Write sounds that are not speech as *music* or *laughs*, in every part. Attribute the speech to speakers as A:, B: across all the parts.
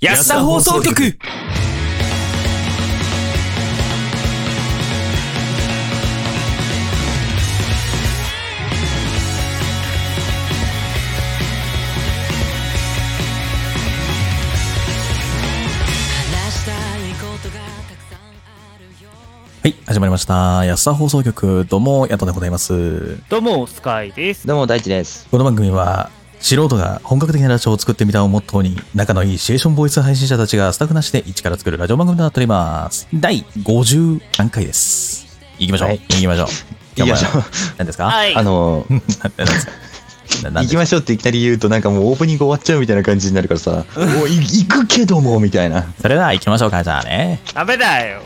A: 安田放送局
B: 話したいことがたくさんあるよ
C: はい、始まりました。安田放送局、どうも、やっとでございます。
D: どうも、スカイです。
E: *laughs* どうも、大地
C: *laughs*
E: です。
C: この番組は、素人が本格的なラジオを作ってみたをモットーに、仲のいいシチュエーションボイス配信者たちがスタッフなしで一から作るラジオ番組となっております。第50何回です。行きましょう。
E: はい
C: 行きましょう。
E: 行きましょう
C: 頑張れ。何ですか
D: はい
E: あの、
C: *laughs* 何ですかな何
E: *laughs* 行
C: で
E: きましょうっていきなり言うと、なんかもうオープニング終わっちゃうみたいな感じになるからさ、おい行くけども、みたいな。
C: それでは行きましょうか、じゃあね。
D: ダメだよ。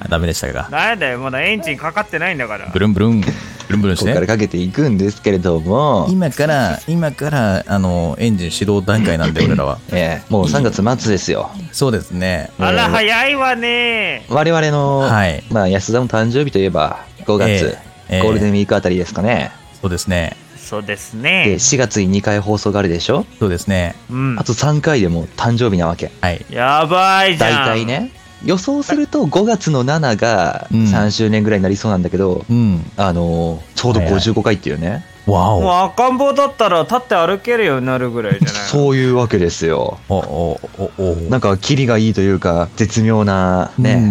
C: あダメでしたか。
D: ダメだよ。まだエンジンかかってないんだから
C: ブ。ルンブルン、ブルンブルンし
E: ここか
C: て。
E: らかけていくんですけれども、
C: 今から、今から、あの、エンジン始動段階なんで、俺らは。
E: ええもう3月末ですよ。
C: そうですね。
D: あら、早いわね。
E: 我々の、
C: はい
E: まあ、安田の誕生日といえば、5月、
C: ええええ
E: ゴールデンウィークあたりですかね。
C: そうですね。
D: そうです
E: で、
D: ね。
E: 4月に2回放送があるでしょ
C: そうですね。
D: うん
E: あ。と3回でもう誕生日なわけ。
C: はい。
D: やばいじ
E: 大
D: ゃん。
E: 体。ね。予想すると5月の7が
C: うん
E: 3周年ぐらいになりそうなんだけど、
C: うん。
E: あのちょうど55回っていうね。
C: わ
D: もう
C: お。
D: 赤ん坊だったら立って歩けるようになるぐらいじゃない
E: そういうわけですよ。
C: お、お、お、お。
E: なんか、キリがいいというか、絶妙な、
C: うん
E: ね、
C: うん、う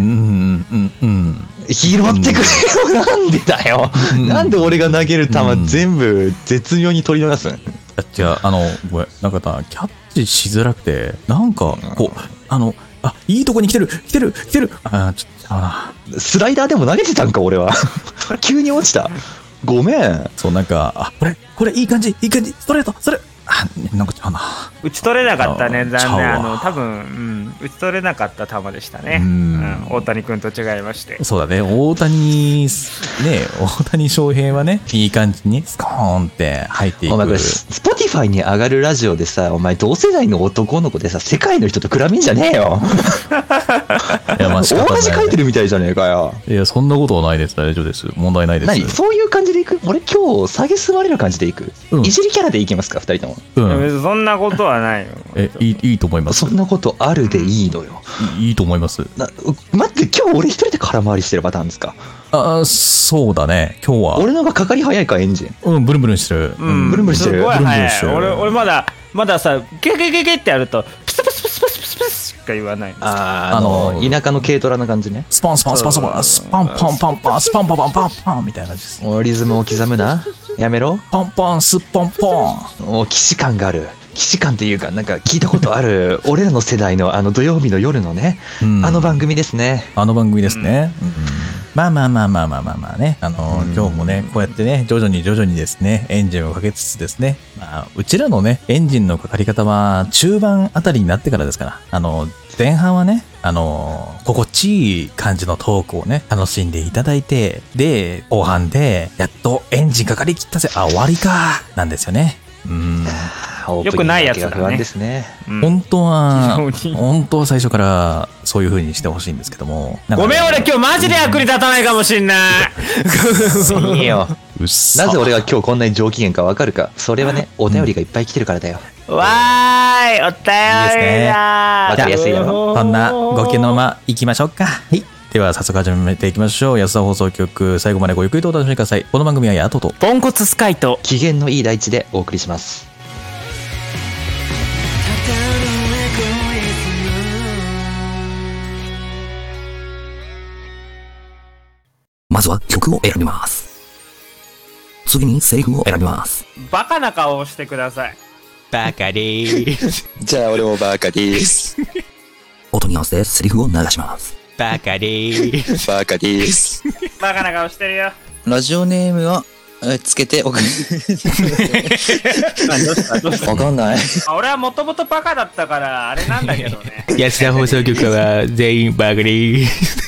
C: ん、うん。
E: 拾ってくれよ、なんでだよ、
C: うん
E: なんで俺が投げる球、
C: うん
E: 全部、絶妙に取り逃すん
C: いや違う、あの、ごめん、なんかさ、キャッチしづらくて、なんか、こう、あの、あ、いいとこに来てる、来てる、来てる。あー、ちょっと、あな。
E: スライダーでも投げてたんか、俺は。 *laughs* 急に落ちた。ごめん。
C: そう、なんか、あ、これ、これ、いい感じ、いい感じ、ストレート、それ、あ、なんか違うな。
D: 打ち取れなかったね、
C: ちゃう
D: 残念。
C: わ
D: あの、多分、うん、打ち取れなかった球でしたね。
C: う
D: うんん。大谷君と違いまして。
C: そうだね、大谷、ね、大谷翔平はね、いい感じに、スコーンって入っていく。
E: お前これ、スポティファイに上がるラジオでさ、お前同世代の男の子でさ、世界の人と比べんじゃねえよ。
C: いや、まあ、仕方
E: 大
C: ない
E: 恥かいてるみたいじゃねえかよ。
C: いや、そんなことはないです。大丈夫です。問題ないです。
E: 何そういう感じでいく俺今日、下げすまれる感じでいく、
C: うん
E: いじりキャラでいきますか、二人とも。
C: うん。
D: そんなことはないよ。
C: え、いい、いいと思います
E: そ。んなことあるでいいのよ。
C: いいいと思います。
E: な待って、今日俺一人で空回りしてるパターンですか
C: ああ、そうだね。今日は。
E: 俺の方がかかり早いか、エンジン。
C: うん、ブルンブルンしてる。
D: うん、
E: ブルンブルンしてる
D: すごい
C: ブルンブルン
D: 早
C: し
D: い
C: てる
D: 俺俺まだまださゲゲゲゲってやるとプスプスプスプスプスプスしか言わないの
E: あ
C: ー
E: ー
C: あ
E: あ
C: の
E: の田舎の軽トラな感じね。
C: スパンスパンスパンスパン、スパンパンパンパン、スパンパンパンパンパンみたいな感じです。
E: もうリズムを刻むな。やめろ。
C: パンパン、スッポンポン。
E: もう既視感がある。既視感っていうか、なんか聞いたことある、俺らの世代のあの土曜日の夜のね、
C: うん
E: あの番組ですね。
C: あの番組ですね。うんまあまあまあまあまあまあまあね。あの、今日もね、こうやってね、徐々に徐々にですね、エンジンをかけつつですね。まあ、うちらのね、エンジンのかかり方は、中盤あたりになってからですから。あの、前半はね、あの、心地いい感じのトークをね、楽しんでいただいて、で、後半で、やっとエンジンかかりきったぜ、あ、終わりか、なんですよね。うん。
E: よ
D: くないやつだね
E: 不安ですね。
D: うん
C: 本当は
D: 非常、に
C: 本当は最初から、そういう風にしてほしいんですけども。なんか
D: ごめん俺今日マジで役に立たないかもしんない
E: いいよ。
C: うっさ
E: なぜ俺が今日こんなに上機嫌かわかるか。それはね、お便りがいっぱい来てるからだよ。
D: わーいお便りだ
E: いいですねわかりやすいだろ
C: そんなご気のま行きましょうか。はい。では早速始めていきましょう。安田放送局、最後までごゆっくりとお楽しみください。この番組はやとと。
D: ポンコツスカイと
E: 機嫌のいい大地でお送りします。
B: 「肩の上越え
F: まずは曲を選びます。次にセリフを選びます。
D: バカな顔をしてください
C: バカでーす。
E: *laughs* じゃあ俺もバーカです。
F: *laughs* 音に合わせてセリフを流します。
C: バカでーす。
E: バーカです。
D: バカな顔して
E: *laughs*
D: るよ
G: ラジオネームは、えつけておく。わかんない。
D: あ俺はもともとバカだったからあれなんだけどね
H: 安田放送局は全員バグリー。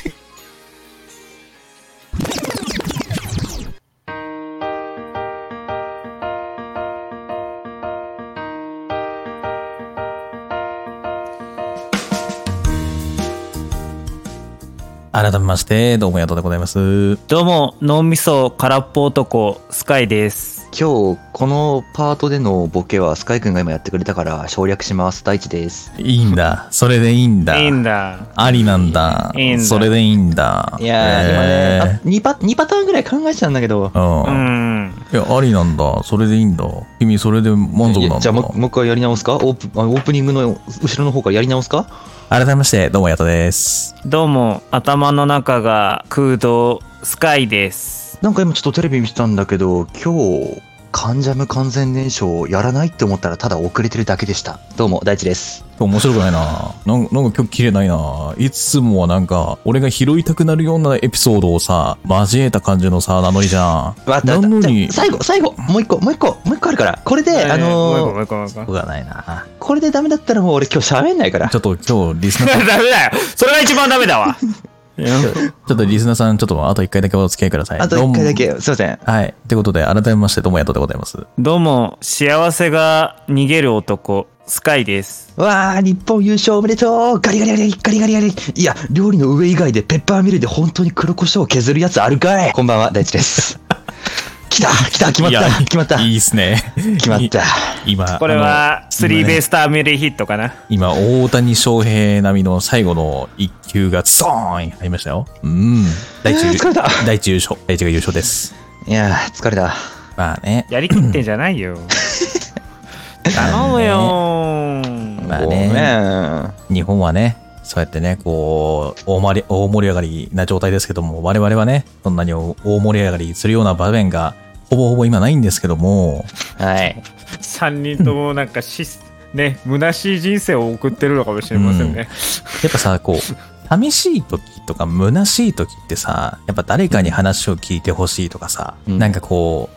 C: 改めまして、どうもやとでございます。
D: どうも脳みそ空っぽ男スカイです
E: 今日このパートでのボケはスカイくんが今やってくれたから省略します大地です
C: いいんだ。それでいいんだ。
D: いいんだ
C: ありなんだ。
D: いいんだ
C: それでいいんだ。
E: いや
C: へ
E: ー、今ねあ2パ ,2 パターンぐらい考えてたんだけど
C: ー
D: う
C: うん。
D: ん
C: いや、ありなんだ。それでいいんだ。君、それで満足なん
E: いや
C: だ。
E: じゃあもうもう一回やり直すかオープあオープニングの後ろの方からやり直すか
C: 改めまして、どうもやとです。
D: どうも頭の中が空洞スカイです
E: なんか今ちょっとテレビ見てたんだけど今日関ジャム完全燃焼やらないって思ったらただ遅れてるだけでしたどうも大地です
C: 面白くないな。なんなんか今日綺麗ないな。いつもはなんか、俺が拾いたくなるようなエピソードをさ、交えた感じのさ、名乗りじゃん。
E: わ
C: なのに
E: じゃあ最後最後もう一個もう一個もう一個あるからこれで、あのー
D: ー、ごめんごめんごめんごめん
C: がないな。
E: これでダメだったらもう俺今日喋んないから
C: ちょっと今日、リ
E: *laughs*
C: スナーさん、
D: *laughs* ダメだよそれが一番ダメだわ
C: ちょっとリスナーさん、ちょっとあと一回だけお付き合いください。
E: あと
C: どう
E: 一
C: も
E: 回だ。けすいません
C: はい。ということで、改めまして、どうもやとでございます。
D: どうも幸せが逃げる男スカイです
E: わあ、日本優勝おめでとうガリガリガリガリガリガリいや、料理の上以外でペッパーミルで本当に黒胡椒を削るやつあるかいこんばんは、大
C: *laughs*
E: 地です。来た来た決まっ
C: いや
E: た決まった
C: いいっすね。
E: 決まった。
C: 今、
D: これ
C: あ
D: は
C: の
D: スリーベースターメリーヒットかな
C: 今、大谷翔平並みの最後の一球が、ストーン入りましたよ。うん。第一
E: うわ疲れた
C: 第一優勝。第一が優勝です。
E: いやー、疲れた。
C: まあね。
D: やりきってんじゃないよ頼むよー
C: まあ
E: ごめん。
C: ね。
E: は
C: 日本はね、そうやってね、こう、大盛り、大盛り上がりな状態ですけども、我々はね、そんなに大盛り上がりするような場面が、ほぼほぼ今ないんですけども、
E: い。
D: 3人ともなんかしね虚しい人生を送ってるのかもしれませんね、
C: やっぱさ、こう、寂しい時とか虚しい時ってさ、やっぱ誰かに話を聞いてほしいとかさ、
E: うん
C: なんかこ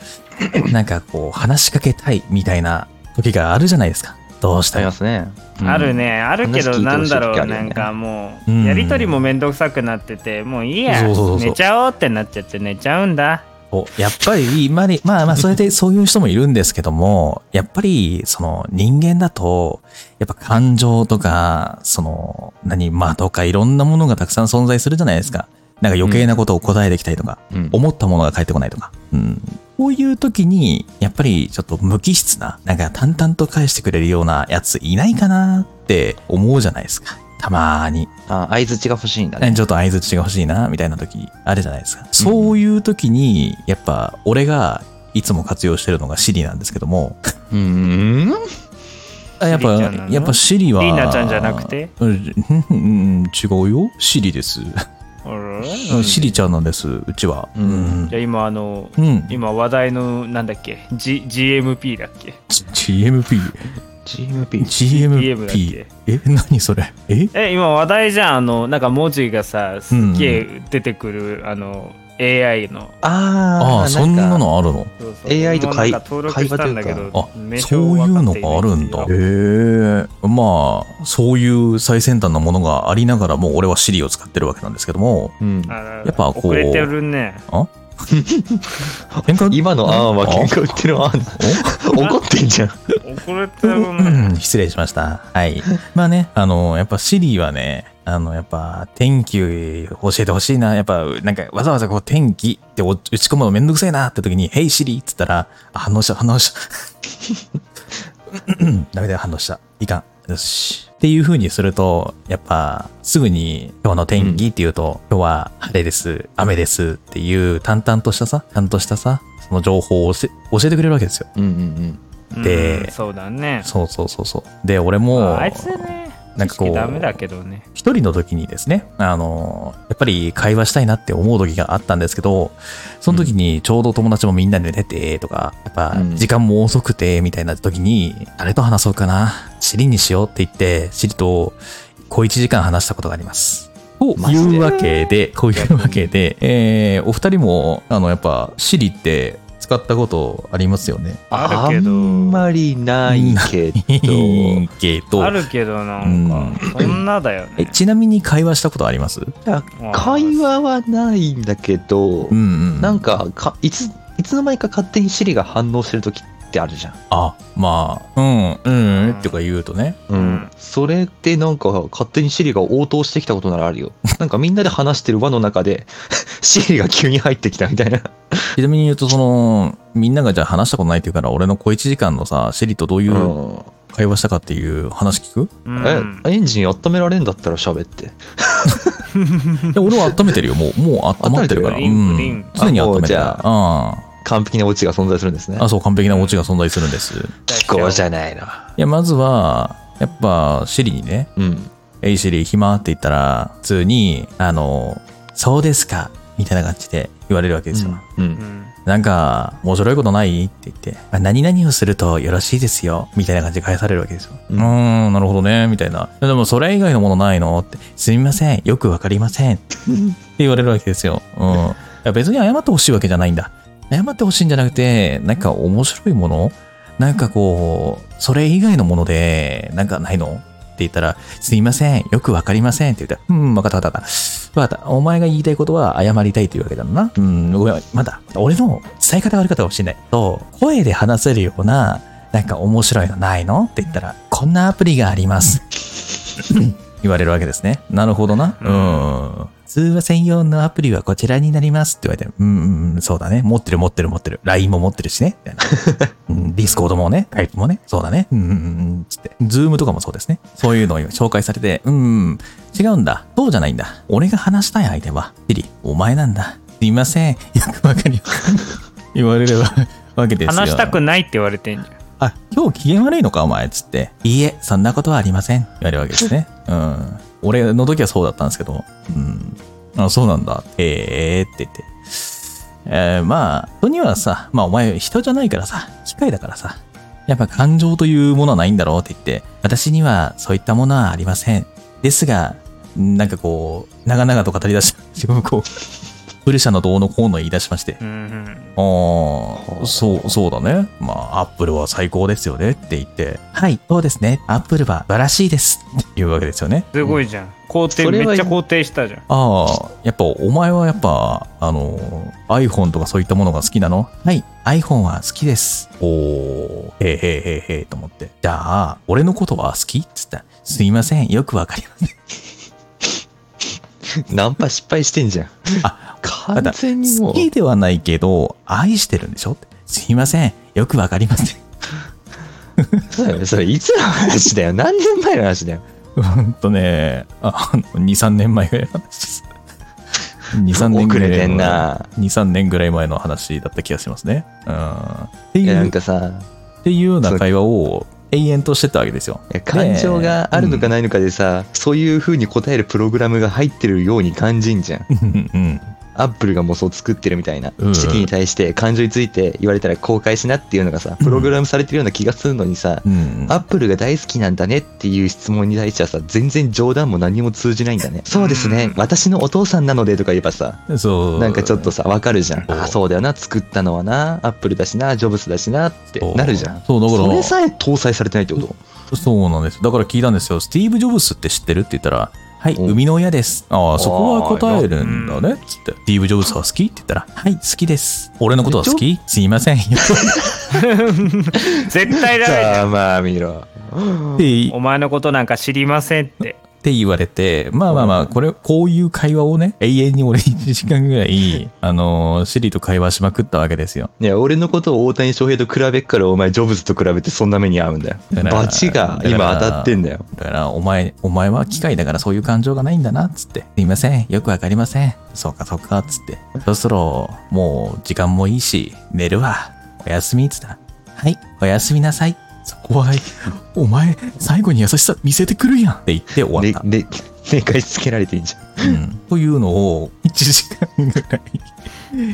C: う、なんかこう、話しかけたいみたいな時があるじゃないですか。どうし
E: あ
C: た
E: り
C: ら
E: ま。すね。
D: あるねあるけど
E: 話聞いて
D: な
E: ほし
D: ん
E: い
D: だろう
E: 時あるよ
D: な
E: ね
D: んかも
C: う
D: うんやりとりもめんどくさくなっててもういいや
C: そうそうそうそう
D: 寝ちゃおうってなっちゃって寝ちゃうんだ
C: おやっぱり、まあね、まあまあ、それ
E: *laughs*
C: でそういう人もいるんですけども、やっぱり、その人間だと、やっぱ感情とか、その、何、まあとかいろんなものがたくさん存在するじゃないですか。なんか余計なことを答えてきたりとか、
E: うん
C: 思ったものが返ってこないとか。うん。こういう時に、やっぱりちょっと無機質な、なんか淡々と返してくれるようなやついないかなって思うじゃないですか。たまーに。
E: あ、相槌が欲しいんだ
C: ね
E: ね。
C: ちょっと相づちが欲しいな、みたいな時、あるじゃないですか。そういう時に、やっぱ、俺が、いつも活用してるのが Siri なんですけど
D: *laughs*
C: も、
E: うーん。
C: あやっぱ、
D: Siri ちゃんなの
C: やっぱ Siri は、
D: リーナちゃんじゃなくて
C: うん、うん違うよ。Siri です。
D: あら
C: シリちゃんなんです、うちは。
E: う
C: うんん
D: じ。ゃあ今あの
C: うん。
D: 今話題のなんだっけ、G、GMP だっけ
C: GMP。
E: GMP。
D: GM だっ
C: GMP
D: け。
C: え、何それえ
D: え今話題じゃんあのなんか文字がさすっげえ出てくる、あの AI の
E: あー
C: ああ、そんな
E: か
C: のあるの
D: そうそう
E: AI と
D: も
E: 会
D: うなんか登録したんだけ
E: 会
D: ど
C: あ、
D: 名
C: そ
D: 称
C: ういうの
D: 分か
C: があ
D: っ
C: る
D: ていない
C: んだ。へえ。まあ、そういう最先端なものがありながらも、俺は Siri を使ってるわけなんですけども、
E: うん。
D: あら
C: やっぱこう
D: 遅れてるね
C: あ喧嘩
E: 今のあーは喧嘩売ってる
D: *laughs*
E: あー怒ってんじゃん。
D: 遅れてるね
C: うん失礼しました。
D: *laughs*
C: はい。まあね、あの、やっぱ Siri はね、あの、やっぱ、天気教えてほしいな。やっぱ、なんか、わざわざこう、天気ってお打ち込むのめんどくせえなって時に、Hey Siri! って言ったら、あ反応した、 *laughs* 反応した。うんうんダメだよ、反応した。いかん。よし。っていう風にすると、やっぱ、すぐに、今日の天気っていうと、今日は晴れです、雨ですっていう、淡々としたさ、ちゃんとしたさ、その情報をせ教えてくれるわけですよ。
E: うんう
C: *laughs*
E: ん
C: で
D: うんそうだね
C: そうそうそうそう。で、俺も、
D: あいつね
C: なんかこう
D: 意識ダメだけどね
C: 一人の時にですね、あの、やっぱり会話したいなって思う時があったんですけど、その時にちょうど友達もみんなで寝てとか、やっぱ
E: うん
C: 時間も遅くてみたいな時に、誰と話そうかな、シリにしようって言って、シリと小1時間話したことがあります。と
E: マジで
C: いうわけで、こういうわけで、えー、お二人も、あの、やっぱ、シリって使ったことありますよ *laughs* ね。
D: あるけど
E: あんまりないけど。
C: けど
D: あるけどなんかそんなだよ
C: え
D: ね
C: ちなみに会話したことあります
D: うん
E: 会話はないんだけど、
C: うんうん。
E: なんかかいついつの間にか勝手にシリが反応してる時ってあるじゃん。
C: あ、まあ、うん、うん、うん、とか言うとね。
E: うん。それってなんか勝手にシリが応答してきたことならあるよ。なんかみんなで話してる輪の中で、 *laughs* シリが急に入ってきたみたいな。
C: ちなみに言うと、その、みんながじゃあ話したことないって言うから、俺の小1時間のさ、シェリとどういう
E: うん。
C: 会話したかっていう話聞く、
D: うん
E: え、エンジン温められんだったら喋って。
C: いや俺は温めてるよ。もう、もう温まってるから。う
D: め
E: 温
D: てるリ
C: ん
D: ン。
C: 常に
E: あも
C: 温
E: う
C: めて
E: じ
C: る
E: ゃ
C: から。うん。
E: 完璧なオチが存在するんですね。
C: あ、そう、完璧なオチが存在するんです。い
E: 気候じゃないな。
C: や、まずは、やっぱ、シェリにね、
E: うん。
C: えい、シェリ、暇って言ったら、普通に、あの、そうですか、みたいな感じで言われるわけですよ。
E: う。
D: うんん
C: なんか、面白いことないって言って、あ何々をするとよろしいですよ、みたいな感じで返されるわけですよ。う
E: うん
C: ーん、なるほどね、みたいな。でも、それ以外のものないのって、すみません、よくわかりません。って言われるわけですよ。うん。いや別に謝ってほしいわけじゃないんだ。謝ってほしいんじゃなくて、なんか面白いものなんかこう、それ以外のもので、なんかないのって言ったら、すいません、よくわかりませんって言ったら、うん、わかったわかったわかった。わかった。お前が言いたいことは謝りたいというわけだな。うん、ごめん、まだ、俺の伝え方が悪かったかもしれない。と、声で話せるような、なんか面白いのないのって言ったら、こんなアプリがあります。 *laughs* 言われるわけですね。なるほどな。うん。通話専用のアプリはこちらになりますって言われて、うんうんうん、そうだね。持ってる持ってる持ってる。LINE も持ってるしね。みたいなうんディスコードもね、タイプもね、そうだね、うんうんうん、つって、ズームとかもそうですね。そういうのを紹介されて、うんうん、違うんだ、そうじゃないんだ。俺が話したい相手は、シリ、お前なんだ。すいません、よくわかります。言われれば、わけですよ。
D: 話したくないって言われてんじゃん
C: あ、今日機嫌悪いのか、お前、つって。いいえ、そんなことはありません。言われるわけですね。うん。俺の時はそうだったんですけど、うん。あ、そうなんだ。ええって言って。えー、まあ、人にはさ、まあお前人じゃないからさ、機械だからさ、やっぱ感情というものはないんだろうって言って、私にはそういったものはありません。ですが、なんかこう、長々と語り出した、自分こう、 *laughs* ブルシャのどうのこうの言い出しまして、
D: うん
C: ああ、そう、そうだね。まあ、アップルは最高ですよねって言って。はい、そうですね。アップルは素晴らしいです。っていうわけですよね。
D: すごいじゃん肯定
E: それは
D: めっちゃ肯定したじゃん
C: ああ、やっぱ、お前はやっぱ、あの、iPhone とかそういったものが好きなのはい、iPhone は好きです。おー、へーへーへーへーと思って。じゃあ、俺のことは好きっつったらすいません、よくわかりません。
E: ナンパ失敗してんじゃん。
C: あ、
E: 完全にも
C: 好
E: う。
C: きではないけど、愛してるんでしょってすいません、よくわかりません。
E: そうだよね。それいつの話 *laughs* だよ。何年前の話だよ。
C: ほんとね、あの、2、3年前ぐらいの話です。2、3年ぐらい
E: 遅れてん
C: 前
E: な
C: 2、3年ぐらい前の話だった気がしますね。うん。って
E: い
C: い
E: や、な
C: う、
E: ん
C: っ
E: かさ、
C: ていうような会話を延々としてたわけですよ。
E: いや感情があるのかないのかでさ、そういう風に答えるプログラムが入ってるように感じんじゃん。
C: うんうん。
E: アップルがもうそう作ってるみたいな、
C: うん
E: 指摘に対して感情について言われたら公開しなっていうのがさ、プログラムされてるような気がするのにさ、
C: うん。
E: アップルが大好きなんだねっていう質問に対してはさ、全然冗談も何も通じないんだね。そうですね、私のお父さんなのでとか言えばさ、
C: そう。
E: なんかちょっとさ、わかるじゃん。
C: そう
E: あ、そうだよな、作ったのはな、アップルだしな、ジョブスだしなって
C: そう
E: なるじゃん。
C: そうだから
E: それさえ搭載されてないってこと
C: そうなんです。だから聞いたんですよ。スティーブ・ジョブスって知ってるって言ったら、はい、
E: お
C: 生みの親です。ああ、そこは答えるんだね。つって。スティーブ・ジョブスは好きって言ったら、はい、好きです。俺のことは好きすいま
E: *laughs*
C: せん。よ
D: 絶対ダメじゃ
E: ざまあ見ろ。
C: って
D: んお前のことなんか知りませんって
C: って言われて、まあまあまあ、これ、こういう会話をね、永遠に俺1時間ぐらい、あのー、シリと会話しまくったわけですよ。
E: いや、俺のことを大谷翔平と比べっから、お前、ジョブズと比べてそんな目に遭うんだよ。
C: だから
E: バチが今当たってんだよ。
C: だから、お前、お前は機械だからそういう感情がないんだな、つって。すいません、よくわかりません。そうか、そうか、つって。そろそろ、もう、時間もいいし、寝るわ。おやすみ、つったら。はい、おやすみなさい。そこは、お前、最後に優しさ見せてくるやんって言って終わっ
E: ね
C: た、。
E: ね、寝かしつけられてんじゃん。
C: うんというのを1時間ぐらい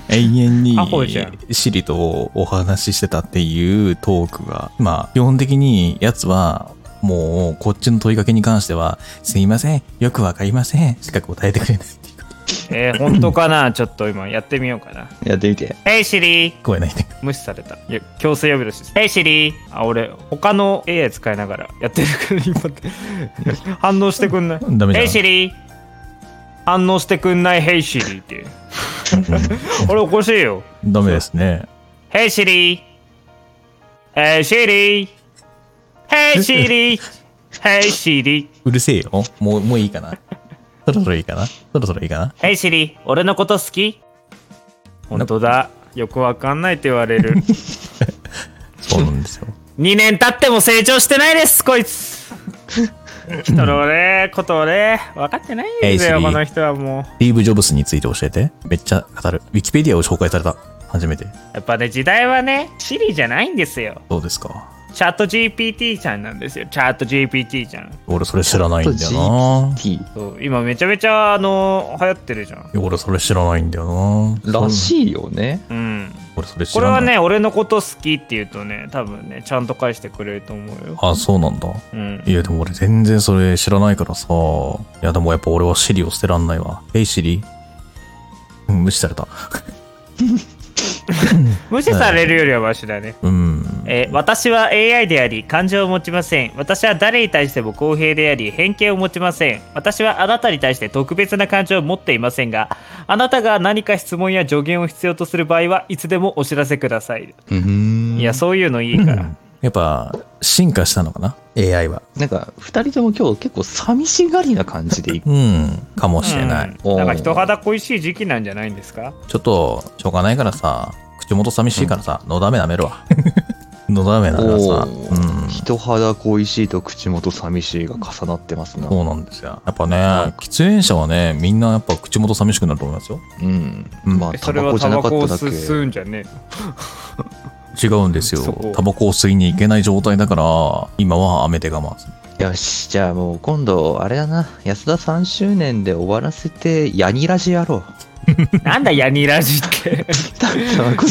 C: 永遠に
D: アホじゃん
C: シリとお話ししてたっていうトークがまあ基本的にやつはもうこっちの問いかけに関しては「すいませんよくわかりません」しか答えてくれないっていうか
D: えー、本当かなちょっと今やってみようかな
E: やってみて。
D: ヘイシリー
C: 聞こえないっていうか
D: 無視されたいや強制呼び出しですヘイシリーあ俺他の AI 使いながらやってるから今反応してくんない
C: ダメじゃん
D: ヘイシリー反応してくんないヘイシリーって *laughs* 俺おかしいよ
C: ダメですね
D: ヘイシリー Hey Siri!
C: *laughs*
D: Hey Siri! Hey Siri!
C: うるせえよ。もう、もういいかな。そろそろいいかな。そろそろいいかな。
D: Hey Siri! 俺のこと好き本当だ。よくわかんないって言われる。
C: *laughs* そうなんですよ。
D: 2年経っても成長してないです、こいつ。人のね、ことをね、分かってないんですよ、
C: Hey Siri
D: この人はもう。
C: スティーブ・ジョブスについて教えて。めっちゃ語る。ウィキペディアを紹介された。初めて。
D: やっぱね、時代はね、シリじゃないんですよ。
C: どうですか
D: チャット GPT ちゃんなんですよ。チャット GPT ちゃん。
C: 俺それ知らないんだよな。
E: T
D: そう今めちゃめちゃ、あの、流行ってるじゃん。
C: 俺それ知らないんだよな。
E: らしいよね。
D: うん。
C: 俺それ知
D: これ
C: らな。
D: はいね、俺のこと好きって言うとね、多分ね、ちゃんと返してくれると思うよ。
C: あ、そうなんだ。
D: うん。
C: いや、でも俺全然それ知らないからさ。いや、でもやっぱ俺はシリを捨てらんないわ。えいシリうん、無視された。
D: 無視されるよりはマシだね。
C: うん。
D: えー私は AI であり感情を持ちません私は誰に対しても公平であり偏見を持ちません私はあなたに対して特別な感情を持っていませんがあなたが何か質問や助言を必要とする場合はいつでもお知らせください、いやそういうのいいから、
C: やっぱ、進化したのかな ?AI は。
E: なんか、二人とも今日結構寂しがりな感じでいく。
C: うん。かもしれない。
D: う
E: お
D: ん、
E: ー
D: なんか人肌恋しい時期なんじゃないんですか
C: ちょっと、しょうがないからさ、口元寂しいからさ、のだめなめるわ。 *laughs* のだめなめはさ、
E: お
C: うん。
E: ー人肌恋しいと口元寂しいが重なってますな。
C: そうなんですよ。やっぱね、喫煙者はね、みんなやっぱ口元寂しくなると思いますよ。
E: うん。
C: うん
E: まあ、
D: え
E: タ
D: それ
E: バ
D: は
E: コじ
D: タ
E: ゃな
D: バ
E: か
D: コ
E: っ
D: を
E: ただけ。
D: 吸吸うんじゃね
C: 違うんですよ
D: そこ。
C: タバコを吸いに行けない状態だから、今は雨手我慢する。
E: よし、じゃあもう今度、あれだな、安田3周年で終わらせて、ヤニラジや
D: *laughs*
E: ろう。
D: えなんだヤニラジって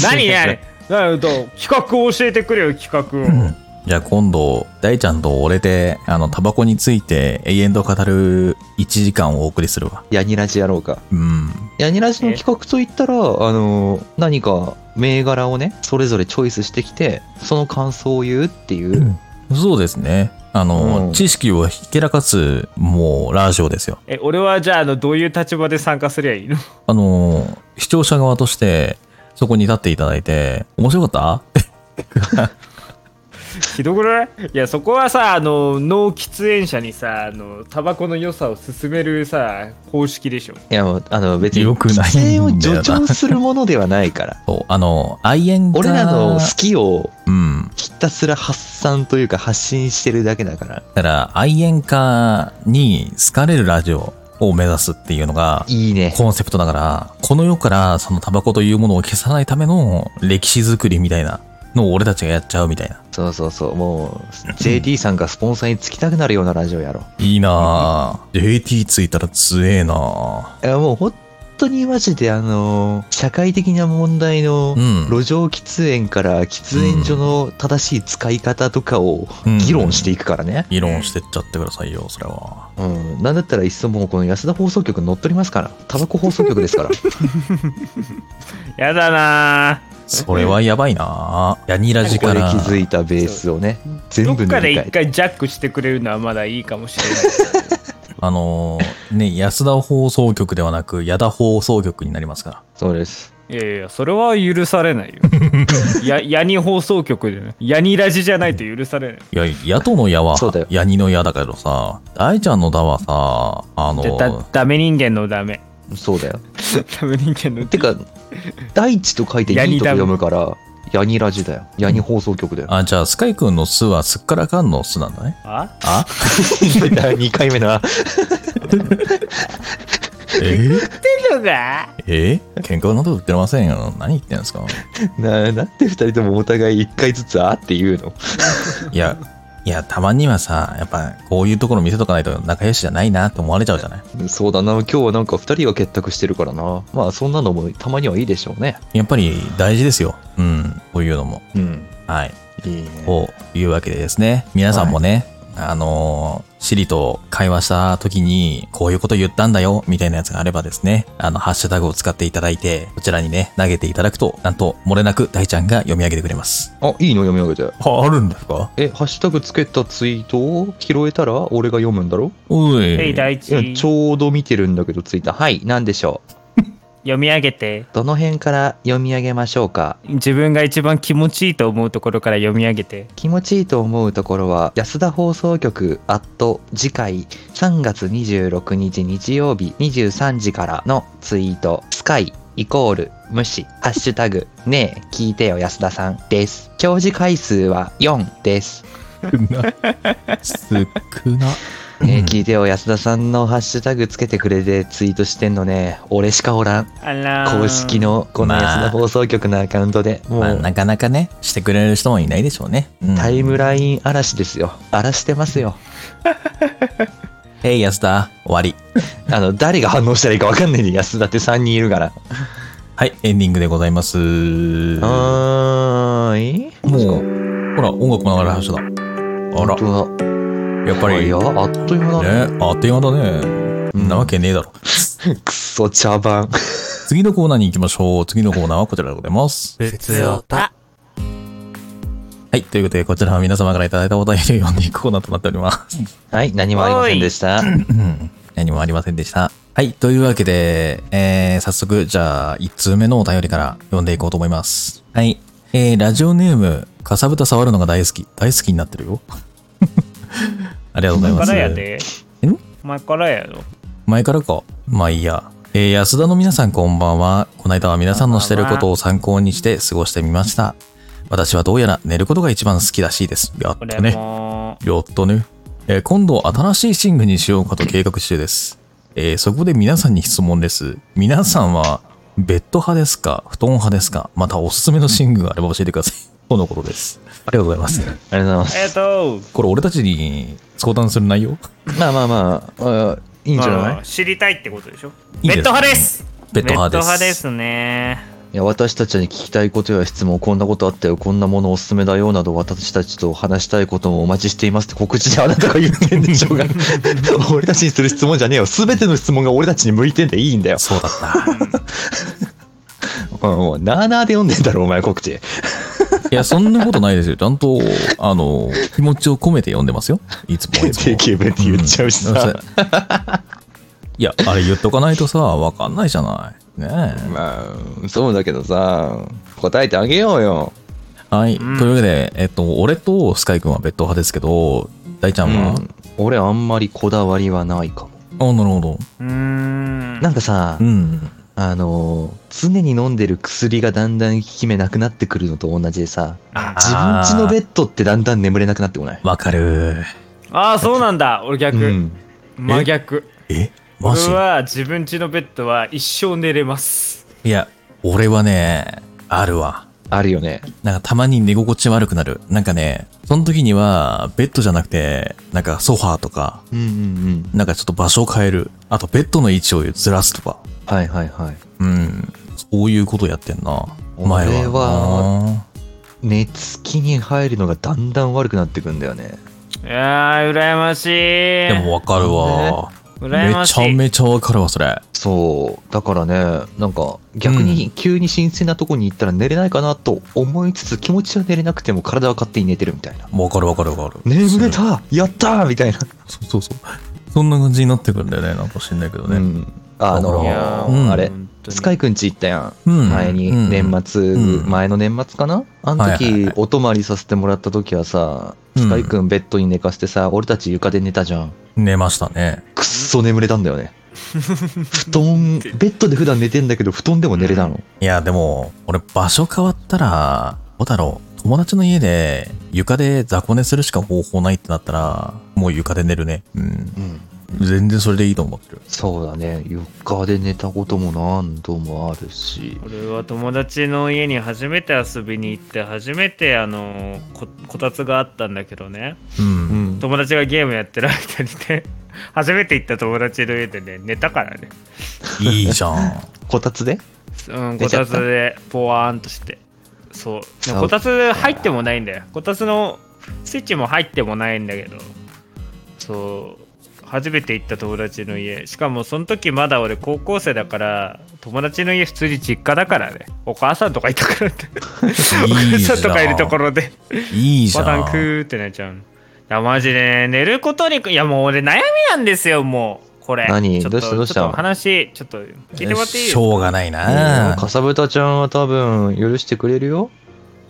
D: 何やれなるほど企画を教えてくれよ企画を、
C: じゃあ今度、大ちゃんと俺で、あの、タバコについて永遠と語る1時間をお送りするわ。
E: ヤニラジやろうか。
C: うん。
E: ヤニラジの企画といったら、あのー、何か銘柄をね、それぞれチョイスしてきて、その感想を言うっていう。
C: んそうですね。あの、
E: うん
C: 知識をひけらかす、もう、ラジオですよ。
D: え俺はじゃああのどういう立場で参加すりゃいいの *laughs*
C: あの、視聴者側として、そこに立っていただいて、面白かった
D: ひどくないいやそこはさあの脳喫煙者にさあのタバコの良さを勧めるさ方式でしょ
E: いや、もう、あの、別に、
C: よくないんだよな
E: 規制を助長するものではな
C: *laughs*
E: いから。
C: そう、あの、愛煙家
E: 俺らの好きを
C: うん。
E: ひたすら発散というか発信してるだけだから、
C: だから、愛煙家に好かれるラジオを目指すっていうのが、
E: いいね。
C: コンセプトだから、この世からそのタバコというものを消さないための歴史作りみたいなのを俺たちがやっちゃうみたいな。
E: そうそうそう、も
C: *clears throat*
E: う、JT さんがスポンサーにつきたくなるようなラジオやろう。
C: いいなぁ。JT ついたら強えない
E: や、もう本当にマジで、あのー、社会的な問題の
C: ぁ。う、ん。
E: 路上喫煙から喫煙所の正しい使い方とかを
C: うん
E: 議論していくからね。
C: 議論してっちゃってくださいよ、それは。
E: うん。なんだったらいっそもうこの安田放送局に乗っ取りますから。タバコ放送局で
C: *laughs*
E: すから。
D: やだな
C: それはやばいなぁ。ヤニラジ
E: こ
C: か
E: こで気
C: ら。
E: づいたベースをね、
D: ど
E: 全部
D: っ
E: 塗
D: かで
E: り替
D: 一
E: えて。
D: 回ジャックしてくれるのはまだいいかもしれない
C: あのーね、安田放送局ではなく、矢田放送局になりますから。
E: そうです。
D: *laughs* いやいやそれは許され
E: *laughs*
D: ないよやヤニ放送局でねヤニラジじゃないと許されない
C: いや、野党の矢は
E: そうだよ、
C: ヤニの矢だけどさ、大ちゃんのだはさ、あの
D: じゃあだダメ人間のダメ *laughs*
E: そうだよ。
D: ダメ人間の
E: てか、大地と書いて
D: ヤニ
E: ニと
D: ダム
E: 読むから、ヤニラジだよ。ヤニ放送局だよ。
C: あ、じゃあ、スカイ君の巣はすっからかんの巣なんだね。
D: あ
C: あ
E: *laughs* 2回目な。
C: え *laughs*
D: てのが
C: え喧嘩など売ってませんよ。何言ってんすか
E: ななんで二人ともお互い一回ずつあって言うの
C: いや、いや、たまにはさ、やっぱ、こういうところ見せとかないと仲良しじゃないなって思われちゃうじゃない
E: そうだな、今日はなんか二人が結託してるからな。まあそんなのもたまにはいいでしょうね。
C: やっぱり大事ですよ。うん、こういうのも。
E: うん。
C: はい。
E: いいね。
C: というわけでですね、皆さんもね、あのー、シリと会話した時に、こういうこと言ったんだよ、みたいなやつがあればですね、あの、ハッシュタグを使っていただいて、こちらにね、投げていただくと、なんと、漏れなく大ちゃんが読み上げてくれます。
E: あ、いいの読み上げて。
C: あ、あるんですか
E: え、ハッシュタグつけたツイートを拾えたら俺が読むんだろ
C: おい。
D: えい第
E: いや、
D: 一
E: ちょうど見てるんだけどツイッター。はい、なんでしょ
D: 読み上げて
E: どの辺から読み上げましょうか
D: 自分が一番気持ちいいと思うところから読み上げて
E: 気持ちいいと思うところは安田放送局アット次回3月26日日曜日23時からのツイートスカイイコール無視ハッシュタグねえ聞いてよ安田さんです表示回数は4です
C: 少な。
E: ねえ聞いてよ安田さんのハッシュタグつけてくれてツイートしてんのね俺しかおらん
D: あらー
E: 公式のこの安田放送局のアカウントでも
C: まあ、
E: う
C: なかなかね、してくれる人もいないでしょうね。うん。
E: タイムライン嵐ですよ荒らしてますよ
C: えい、安田、終わり。
E: あの誰が反応したらいいか分かんないんで安田って3人いるから
C: はい、エンディングでございます。も
E: はーい。
C: う、ほら、音楽も流れ始めた。あら、
E: 本当だ。
C: やっぱり、
E: いや、
C: ね、
E: あっという間だね。
C: あっという間だね。んなわけねえだろ。
E: くそ、茶番。
C: 次のコーナーに行きましょう。次のコーナーはこちらでございます。はい、ということで、こちらは皆様からいただいたお便りを読んでいくコーナーとなっております。
E: はい、何もありませんでした。
C: 何もありませんでした。はい、というわけで、えー、早速、じゃあ、1通目のお便りから読んでいこうと思います。はい。えー、ラジオネーム、かさぶた触るのが大好き。大好きになってるよ。 *laughs* ありがとうござい
D: 前
C: ま
D: か
C: す。
D: らやで
C: ん
D: 前からやろ
C: 前からか。まあいいや。えー安田の皆さんこんばんは。この間は皆さんのしてることを参考にして過ごしてみました。私はどうやら寝ることが一番好きらしいです。やっ
D: ことれ
C: ね。
D: も
C: やったね。えー今度新しいシングルにしようかと計画中です。えーそこで皆さんに質問です。皆さんは、ベッド派ですか布団派ですかまたおすすめのシングルがあれば教えてください。 *laughs* とのことです。ありがとうございます。
E: ありがとうございま
D: ありが
E: す。
D: とう
C: これ俺たちに相談する内容
E: まあまあまああ、いいんじゃない
D: あー知りたいってことでしょ
C: いいです
D: ベッド派です
C: ベッド派です。
D: ベッド派ですね
E: いや、私たちに聞きたいことや質問、こんなことあったよ、こんなものおすすめだよなど、私たちと話したいこともお待ちしていますって告知であなたが言ってんでしょう *laughs* が。俺たちにする質問じゃねえよ。すべての質問が俺たちに向いてんでいいんだよ。
C: そうだった。
E: うんもう、なあなあで読んでんだろ、お前告 *laughs* 知。
C: いや、そんなことないですよ。ちゃんと、あの、気持ちを込めて読んでますよ。いつもい *laughs* つも。
E: 定型文って言っちゃうしさ
C: ん *laughs* いや、あれ言っとかないとさ、わかんないじゃない。ねえ。
E: まあ、そうだけどさ、答えてあげようよ。
C: はい。
D: うん
C: というわけで、えっと、俺とスカイ君は別途派ですけど、大ちゃんは、
E: うん俺あんまりこだわりはないかも
C: あ、なるほど。
D: うーん
E: なんかさ、
C: うん。
E: あのー常に飲んでる薬がだんだん効き目なくなってくるのと同じでさ
D: あ
E: 自分家のベッドってだんだん眠れなくなってこない
C: わかる。
D: あーそうなんだ俺逆、
E: うん
D: 真逆
C: えマ
D: 俺
C: ジ
D: は自分家のベッドは一生寝れます
C: いや、俺はね、あるわ。
E: あるよね
C: なんかたまに寝心地悪くなる。なんかね、その時には、ベッドじゃなくて、なんかソファーとか、
E: うんうんうん
C: なんかちょっと場所を変える。あと、ベッドの位置をずらすとか。
E: はいはいはい
C: うん。そういうことやってんな。前
E: 俺は
C: は。
E: 寝つきに入るのがだんだん悪くなってくんだよね
D: いやー羨ましい
C: なでもわかるわ。
D: 羨ま
C: め
D: し
C: ちゃ
D: い
C: めちゃわかるわ、それ。
E: そうだからねなんか逆に急に新鮮なとこに行ったら寝れないかなと思いつつ気持ちは寝れなくても体は勝手に寝てるみたいな
C: わかるわかるわかる。
E: 眠れたやったーみたいな
C: そうそうそう。そんな感じになってくるんだよね、なんか知んないけど
E: う
C: ね。
E: ん、あの
C: い
D: やー
E: うんあれ
D: 本当に
E: スカイくんち行ったやん、
C: うん
E: 前に
C: うん
E: 年末、
C: うん
E: 前の年末かなあの時、
C: はいはいはい
E: お泊まりさせてもらった時はさ
C: うん
E: スカイくんベッドに寝かせてさ俺たち床で寝たじゃん
C: 寝ましたね。
E: くっそ眠れたんだ
C: *laughs*
E: よね布団ベッドで普段寝てんだけど布団でも寝れたの、
C: いや、でも、俺場所変わったら、どうだろう。友達の家で床で雑魚寝するしか方法ないってなったら、もう床で寝るね。うん。
E: うん
C: 全然それでいいと思ってる。
E: そうだね床で寝たことも何度もあるし
D: 俺は友達の家に初めて遊びに行って初めてあのここたつがあったんだけどね
C: うん
E: うん
D: 友達がゲームやってる間にね初めて行った友達の家でね寝たからね、
C: いいじゃん。
D: *laughs*
E: こたつで
D: うん、こ
E: 寝ちゃ
D: た
E: っ
D: つ
E: た
D: でポワーンとしてそうでも
E: そう
D: こたつ入ってもないんだよこたつのスイッチも入ってもないんだけどそう初めて行った友達の家しかもその時まだ俺高校生だから友達の家普通に実家だからねお母さんとかいたからってお
C: いい
D: 母
C: じゃ
D: さ
C: ん
D: んとかいるところで
C: いいじゃ
D: パ
C: ん。
D: タンクーってなっちゃういやマジでね寝ることにいやもう俺悩みなんですよもうこれ。
E: 何
D: ちょっと
E: どうしたどうした
D: ちょっと話、ちょっと聞いてもらっていい
C: しょうがないな。
E: かさぶたちゃんは多分許してくれるよ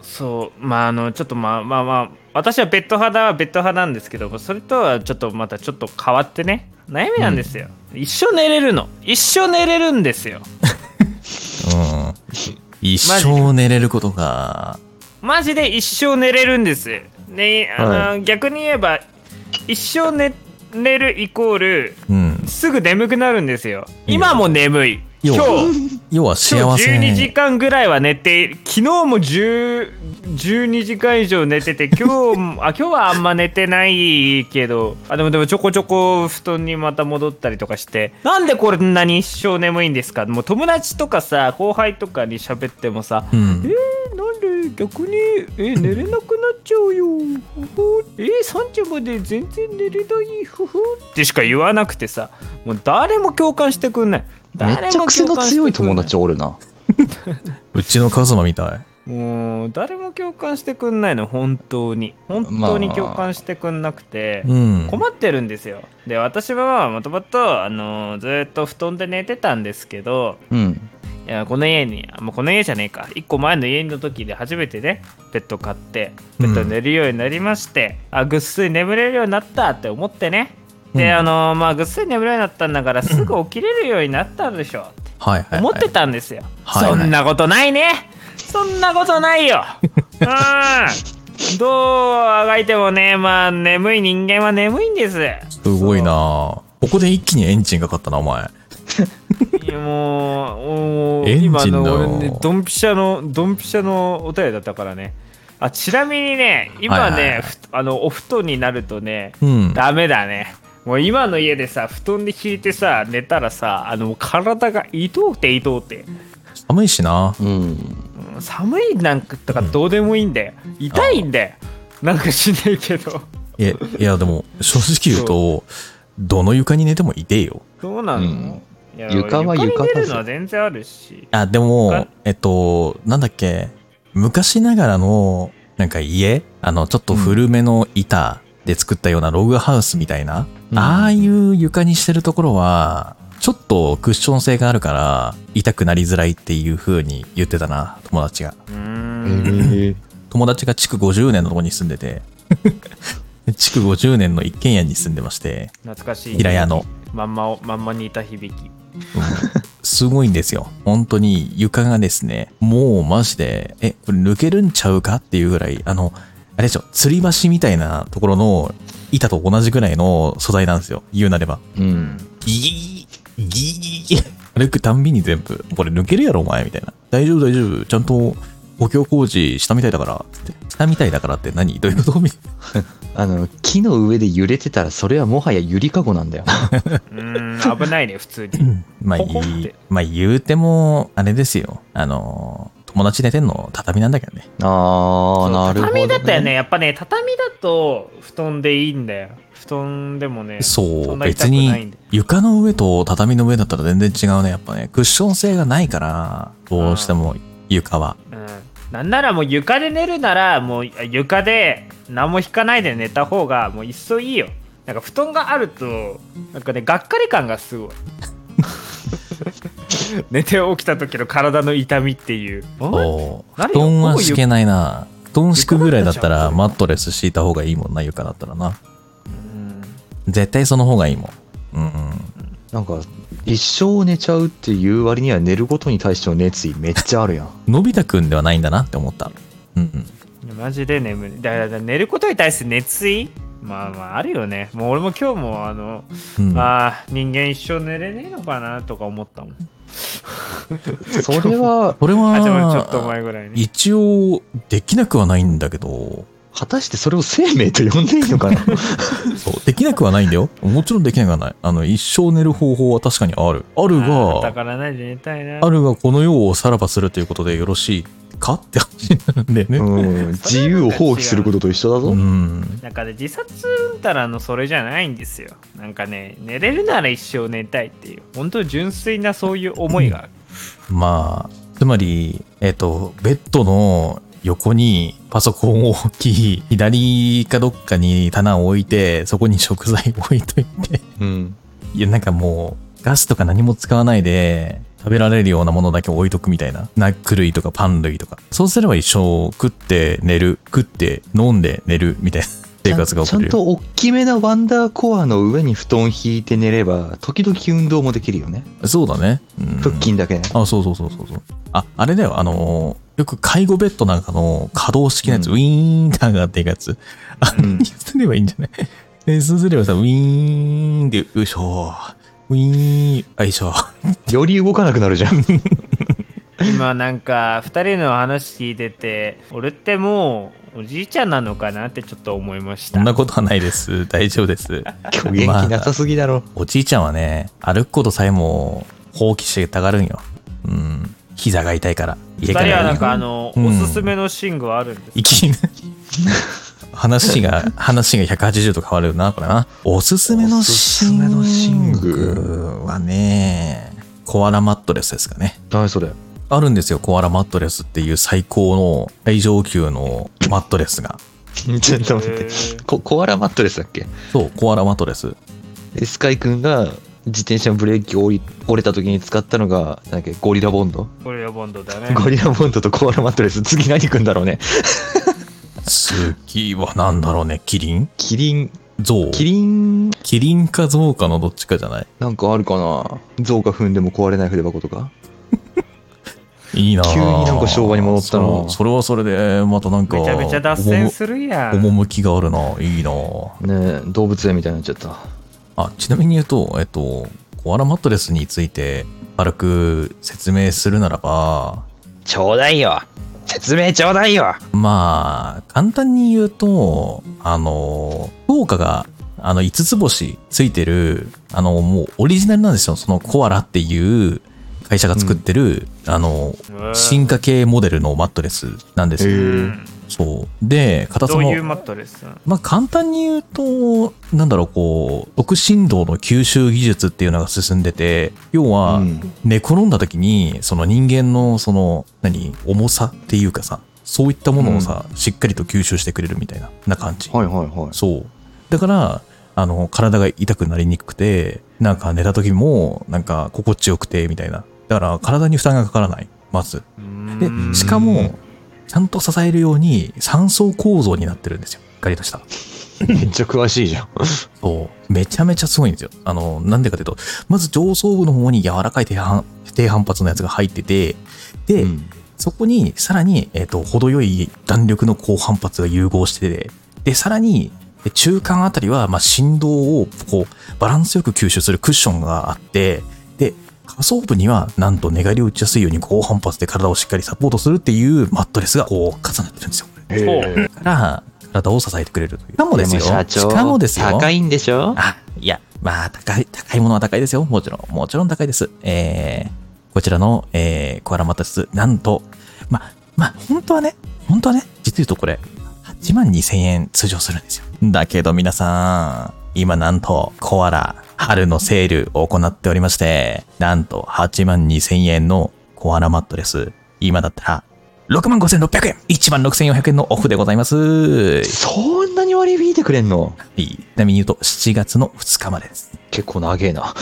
D: そう、まあ、あの、ちょっとまあまあまあ、私はベッド派だはベッド派なんですけども、それとはちょっとまたちょっと変わってね、悩みなんですよ。一生寝れるの。一生寝れるんですよ。
C: うん。一生寝れることが。
D: マジで一生寝れるんです。ね、あの、
E: は
D: 逆に言えば、一生寝寝るイコール、
C: うん。
D: すぐ眠くなるんですよ。今も眠い。
C: よ
D: 今日。
C: 要は幸
D: 今日
C: せ。
D: 12時間ぐらいは寝て昨日も10 12時間以上寝てて今日も *laughs* あ今日はあんま寝てないけどあでもでもちょこちょこ布団にまた戻ったりとかしてなんでこんなに一生眠いんですかもう友達とかさ後輩とかに喋ってもさ
C: うん。
D: なんで逆にえ寝れなくなっちゃうよふふえ3時まで全然寝れないふふってしか言わなくてさもう誰も共感してくんない
E: めっちゃ癖の強い友達おるな
C: うちのカズマみたい。
D: もう誰も共感してくんないの本当に本当に共感してくんなくて、
C: うん。
D: 困ってるんですよで私はもともとあのずっと布団で寝てたんですけど
E: うん
D: いやこの家にあもうこの家じゃねえか一個前の家の時で初めてねベッド買ってベッドで寝るようになりまして、あぐっすり眠れるようになったって思ってね
C: う
D: で、
C: ん
D: あのまあぐっすり眠れるようになったんだからすぐ起きれるようになったでしょ
C: はいはいはい。
D: 思ってたんですよ、
C: はいはい
D: そんなことないねそんなことな
C: *laughs*
D: いようんどうあがいてもねまあ眠い人間は眠いんです
C: すごいなここで一気にエンジンかかったな、お前。
D: いやもうもう
C: エンジン
D: 今の
C: の
D: 俺ねドンピシャのドンピシャのお便りだったからねあちなみにね
C: は
D: 今ね、
C: いはいはい
D: ふあのお布団になるとね、
C: うん。
D: ダメだねもう今の家でさ布団で引いてさ寝たらさあのもう体が痛うて痛うて
C: 寒いしな。
E: うん
D: 寒いなんかとかどうでもいいんだよ痛いんだよなんかしないけど
C: え、いや、でも、正直言うと、どの床に寝ても痛えよ。
D: どうなの、
E: うん
D: いや
E: 床は
D: 俺
E: 床だ
D: に出
E: ぞ
D: るのは全然あるし
C: あ、で
D: あ
C: も、えっと、なんだっけ、昔ながらの、なんか家、あの、ちょっと古めの板で作ったようなログハウスみたいな、
E: うん
C: ああいう床にしてるところは、ちょっとクッション性があるから、痛くなりづらいっていう風に言ってたな、友達が。
D: うーん
E: え
C: 友達が築50年のとこに住んで
E: *laughs*
C: て、築50年の一軒家に住んでまして、
D: 懐かしい
C: 平屋の。
D: まんまをまんまにいた響き
C: すごいんですよ。本当に床がですね、もうマジで、え、これ抜けるんちゃうかっていうぐらい、あの、あれでしょ、吊り橋みたいなところの板と同じぐらいの素材なんですよ。言うなれば。
E: うん
C: ギーギー歩くたんびに全部、これ抜けるやろお前みたいな。大丈夫大丈夫。ちゃんと補強工事したみたいだから。つってしたみたいだからって何どういうこと
E: あの木の上で揺れてたらそれはもはやゆりかごなんだよ *laughs* な
D: うーん危ないね普通に
C: まあ
D: ポコっ
C: いい
D: て。
C: まあ言うても、あれですよ。あの、友達寝てんの畳なんだけどね。
E: あー *laughs* なるほど、
D: 畳
E: ね、
D: だったよねやっぱね畳だと布団でいいんだよ布団でもね
C: そ
D: ん
C: う、
D: な
C: 別
D: 痛くないん
C: に
D: だよ
C: 床の上と畳の上だったら全然違うね。やっぱね、クッション性がないから、どうしても床は。
D: うんなんならもう床で寝るならもう床で何も引かないで寝た方がもう一層いいよなんか布団があるとなんかねがっかり感が
C: *laughs*
D: すごい寝て起きた時の体の痛みっていう
C: そう。
D: 何
C: 布
D: よ
C: 団は敷けないな。布団敷くぐらいだった
D: 床だ
C: ら
D: ったじゃん
C: マットレス敷いた方がいいもんな、床だったらな。
D: うん
C: 絶対その方がいいもん。うんうん。
E: なんか一生寝ちゃうっていう割には寝ることに対しての熱意めっちゃあるや *laughs* ん
C: のび太くんではないんだなって思った。うんうん。
D: マジで眠いだからだから寝ることに対する熱意まあまああるよねもう俺も今日もあの、
C: うん、
D: ああ人間一生寝れねえのかなとか思ったもん
E: それは
C: これ
D: あでもちょっと
C: は、
D: 前ぐらいに
C: 一応、できなくはないんだけど、
E: 果たしてそれを生命と呼んでいいのかな
C: そう、できなくはないんだよ。もちろんできなくはない。あの、一生寝る方法は確かにある。ある
D: ああだ
C: が、
D: からないで寝たいな
C: あるがこの世をさらばするということでよろしいかって話になるんだよね。
E: うん *laughs* 自由を放棄することと一緒だぞ、
C: うん。
D: なんかね、自殺うんたらのそれじゃないんですよ。なんかね、寝れるなら一生寝たいっていう、本当に純粋なそういう思いがある。
C: まあ、つまり、えっ、と、ベッドの横にパソコンを置き、左かどっかに棚を置いて、そこに食材を置いといて、
E: うん
C: いや、なんかもう、ガスとか何も使わないで、食べられるようなものだけ置いとくみたいな。ナック類とかパン類とか。そうすれば一生食って寝る、食って飲んで寝るみたいな生活が
E: ち
C: 起
E: ゃ
C: こ
E: ん
C: る
E: ちゃん。と大きめなワンダーコアの上に布団引いて寝れば時々運動もできるよね
C: そうだね。うん
E: 腹筋だけね、
C: *laughs* あ、そうそうそうそうそう。あ、あれだよ、あのーよく介護ベッドなんかの可動式のやつ、
E: うん
C: ウィーンって上がっていくやつ。あれに *laughs* すればいいんじゃない、でそうすればさ、ウィーンで、よいしょウィーン、よいしょ *laughs*
E: より動かなくなるじゃん
D: 今なんか2人 *laughs* の話聞いてて俺ってもうおじいちゃんなのかなってちょっと思いまし
C: そ
D: た
C: んなことはないです。大丈夫です。
E: 今日元気なさすぎだろ、
C: おじいちゃんはね、歩くことさえも放棄してたがるんよ。うん。膝が痛いから。家
D: 2人
C: から
D: はなん
C: ね
D: かあの、
C: うん
D: おすすめのシングはあるんですか
C: いきなり話が、話が180度変わるな、これな。おすすめの
E: おすすめの
C: 寝
E: 寝
C: 具
E: 具
C: はね、コアラマットレスですかね。
E: 何それ
C: あるんですよ、コアラマットレスっていう最高の最上級のマットレスが。
E: ちょっと待っ
D: へ
E: て
D: ー
E: こコアラマットレスだっけ
C: そう、コアラマットレス。
E: でスカイくんが自転車のブレーキ折り折れた時に使ったのがなんだっけゴリラボンド
D: これはボンドだね
E: ゴリラボンドとコアラマットレス次何くんだろうね
C: 次は何だろうね、キリン
E: キリン
C: ゾウ
E: キリン
C: キリンかゾウかのどっちかじゃない
E: なんかあるかな象が踏んでも壊れない筆箱とか
C: いいなぁ
E: 急になんか昭和に戻ったなぁ
C: そうそれはそれで、またなんか、
D: めちゃめちゃ脱線するやん
C: 趣があるなぁいいなぁ
E: ねえ動物園みたいになっちゃった
C: あちなみに言うと、えっと、コアラマットレスについて軽く説明するならば、
E: ちょうだいよ説明ちょうだいよ
C: まあ、簡単に言うと、あの、効果が、あの、5つ星ついてる、あの、もうオリジナルなんですよ。そのコアラっていう会社が作ってる、あの、
D: うん
C: 進化系モデルのマットレスなんですよ。
D: うん
C: そう。で、硬さ
D: どう
C: も
D: い。うマットレスなの
C: まあ、簡単に言うと、なんだろう、こう、特振動の吸収技術っていうのが進んでて、要は、
E: うん
C: 寝転んだ時に、その人間の、その、何、重さっていうかさ、そういったものをさ、しっかりと吸収してくれるみたいな、な感じ。
E: はいはいはい
C: そう。だから、あの、体が痛くなりにくくて、なんか寝た時も、なんか心地よくて、みたいな。だから、体に負担がかからない、まず。で、しかも、ちゃんと支えるように、3層構造になってるんですよ。光とした。
E: *laughs* めっちゃ詳しいじゃん
C: そう。めちゃめちゃすごいんですよ。あの、なんでかというと、まず上層部の方に柔らかい低反低反発のやつが入ってて、で、そこにさらに、えっ、と、程よい弾力の高反発が融合してて、で、さらに、で中間あたりは、まあ、振動を、こう、バランスよく吸収するクッションがあって、で、下層部には、なんと寝返りを打ちやすいように高反発で体をしっかりサポートするっていうマットレスが、こう、重なってるんですよ。
E: へえ
C: だから、体を支えてくれるという。しかもですよ。
E: 社長
C: しかもですよ。
E: 高いんでしょ
C: あ、いや、まあ、高い、高いものは高いですよ。もちろん、もちろん高いです。えー、こちらの、えー、コアラマタス、なんと、まあ、まあ、本当はね、本当はね、実言うとこれ、8万2千円通常するんですよ。だけど皆さん、今なんと、コアラ、春のセールを行っておりまして、なんと8万2千円のコアラマットレス、今だったら、6万5600円 !1 万6400円のオフでございます。
E: そんなに割り引いてくれんの
C: はいちなみに言うと、7月の2日までです。
E: 結構長えな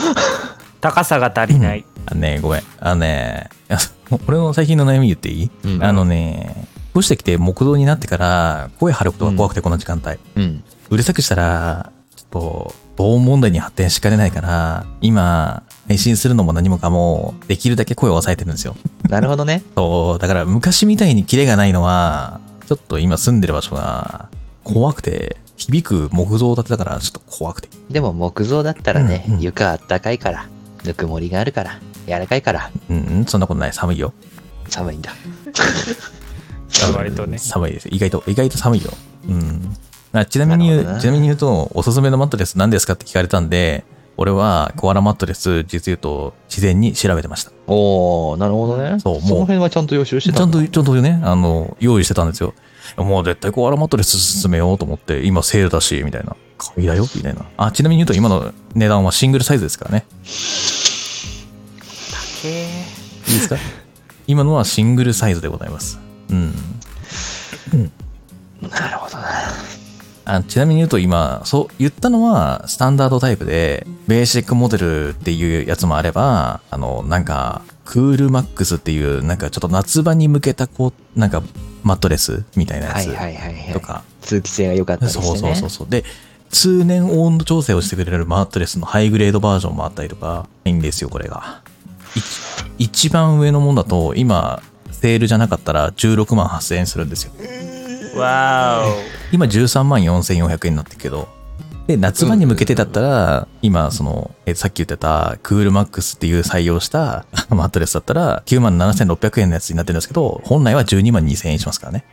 D: 高さが足りない
C: あのね、ごめん。あのね、 *laughs* いやもう俺の最近の悩み言っていい、
E: うん
C: あのね、越してきて木造になってから声張ることが怖くてこの時間帯。う
E: うん
C: るさくしたら、ちょっと、防音問題に発展しかねないから、今、配信するのも何もかも、できるだけ声を抑えてるんですよ。
E: なるほどね
C: そう、だから昔みたいにキレがないのは、ちょっと今住んでる場所が怖くて、響く木造建てだからちょっと怖くて。
E: でも木造だったらね、
C: うんうん
E: 床あったかいからぬくもりがあるから柔らかいから
C: うん、そんなことない。寒いよ。
E: 寒いんだ
D: 割とね
C: 寒いです意外と意外と寒いようんあちなみに言う
E: なるほどね
C: ちなみに言うとおすすめのマットレス何ですかって聞かれたんで俺はコアラマットレス実言うと事前に調べてました
E: おおなるほどね
C: そうもう
E: の辺はちゃんと予習して
C: ち
E: た
C: ゃん
E: だ
C: とちゃんとねあの用意してたんですよもう絶対コアラマットレス進めようと思って今セールだしみたいな買いだよみたいなあちなみに言うと今の値段はシングルサイズですからねいいです
E: *laughs*
C: か今のはシングルサイズでございますうん
E: なるほどな
C: あちなみに言うと今、そう言ったのはスタンダードタイプで、ベーシックモデルっていうやつもあれば、あの、なんか、クールマックスっていう、なんかちょっと夏場に向けた、こう、なんか、マットレスみたいなや
E: はい
C: つ
E: はいはいはい
C: とか、
E: 通気性が良かったりしてね
C: そうそうそうそう。で、通年温度調整をしてくれるマットレスのハイグレードバージョンもあったりとか、いいんですよ、これが。い一番上のもんだと、今、セールじゃなかったら16万8000円するんですよ。
D: わ
C: 今13万4400円になってるけど、で、夏場に向けてだったら、今、その、えさっき言ってた、クールマックスっていう採用した *laughs* マットレスだったら、9万7600円のやつになってるんですけど、本来は12万2000円しますからね。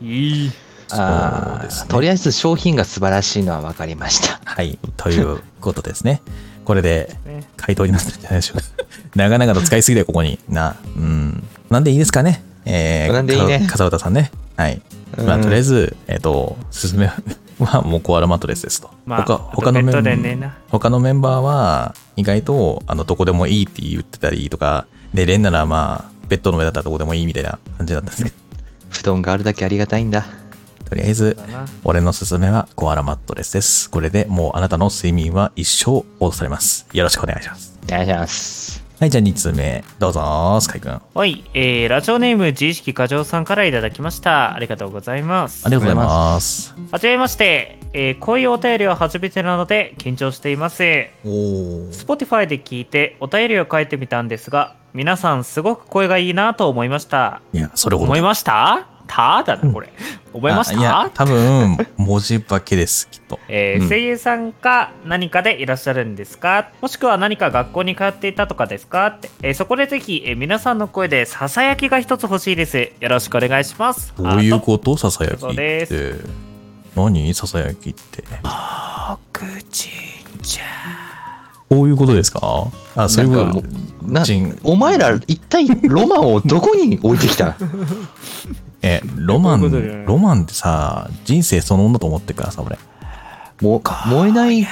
D: おいい
E: あ
C: そうです
E: ー
C: ね
E: とりあえず商品が素晴らしいのは分かりました *laughs*
C: はい。ということですね。これで
D: ね、
C: 回答になってるんじゃないでしょうか。 *laughs* 長々と使いすぎだよ、ここに。な。うん。なんでいいですかね。え
E: なんでいいね
C: か笠原さんね。はい。まあ、
E: うん
C: とりあえず、えっ、と、進めは、 *laughs* もうコアラマットレスですと。
D: まあ
C: 他、
D: あと
C: 他のメンバ
D: ベッドで寝
C: ー
D: な、
C: 他のメンバーは、意外と、あの、どこでもいいって言ってたりとか、で、レンならまあ、ベッドの上だったらどこでもいいみたいな感じだったんですね。
E: 布団があるだけありがたいんだ
C: とりあえず
D: だな、
C: 俺のすすめはコアラマットレスです。これでもうあなたの睡眠は一生落とされます。よろしくお願いします。
E: お願いします
C: はい、じゃあ2通目。どうぞ、スカイくん。あ
D: はい、えー、ラジオネーム自意識過剰さんからいただきましたありがとうございます
C: りがとうございます。
D: はじめまして、えー、こういうお便りは初めてなので緊張しています
C: おお。
D: Spotify で聞いてお便りを書いてみたんですが皆さんすごく声がいいなと思いました
C: いや、それほど。
D: 思いましたただなこれ思いまし
C: あい
D: た
C: や、多分、文字化けです、きっと。
D: えー
E: うん
D: 声優さんか何かでいらっしゃるんですかもしくは何か学校に通っていたとかですかって、えーそこでぜひ、えー皆さんの声でささやきが一つ欲しいですよろしくお願いします
C: どういう
D: と
C: ことささやき
D: そう
C: っ
D: で
C: て。何ささやきって。こういうことですかあ、そういう
E: なん
C: こ
E: か
C: と
E: もうな
C: 人
E: お前ら一体ロマンをどこに置いてき *laughs* た
C: え、ロマ
D: こういうことじゃな
C: ン、
D: い
C: ロマンってさ、人生そのものだと思ってください、俺。
E: も燃えない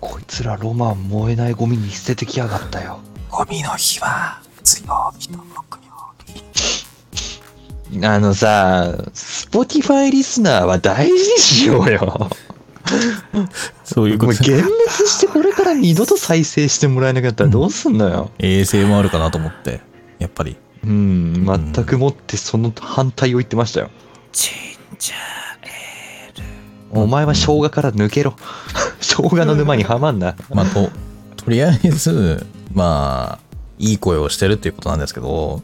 E: こいつらロマン燃えないゴミに捨ててきやがったよ
C: ゴミの日は強火と木曜
E: あのさ Spotify リスナーは大事にしようよ
C: そういう
E: も
C: こ
E: う
C: と
E: 幻滅してこれから二度と再生してもらえなかったらどうすんのよ。
C: 衛生もあるかなと思ってやっぱり
E: うん、全くもってその反対を言ってましたよ。お前は生姜から抜け *laughs* ろ。生姜の沼にはまんな。
C: まあととりあえずまあいい声をしてるっていうことなんですけど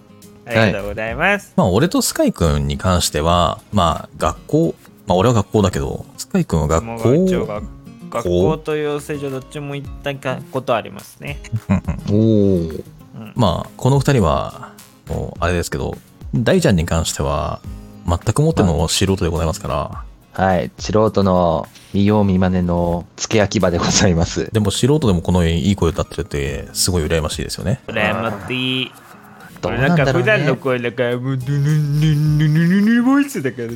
D: ありがとうございます、
C: まあ俺とスカイくんに関してはまあ学校まあ俺は学校だけどスカイくんは学
D: もう
C: 校
D: 一応学学校と養成所どっちも行ったことありますね
E: おお。
D: うん
C: まあこの二人はもうあれですけど大ちゃんに関しては全くもっての素人でございますから
E: はい、素人の見よう見まねの付け焼き場でございます。
C: でも素人でもこのいい声を歌ってるってすごい羨ましいですよね
D: 羨ましい
E: どう
D: な
E: なんん
D: か
E: だろ
D: 普
E: う
D: 段の
E: ね。
D: 声だからもうドゥヌンヌンヌヌヌヌボイスだから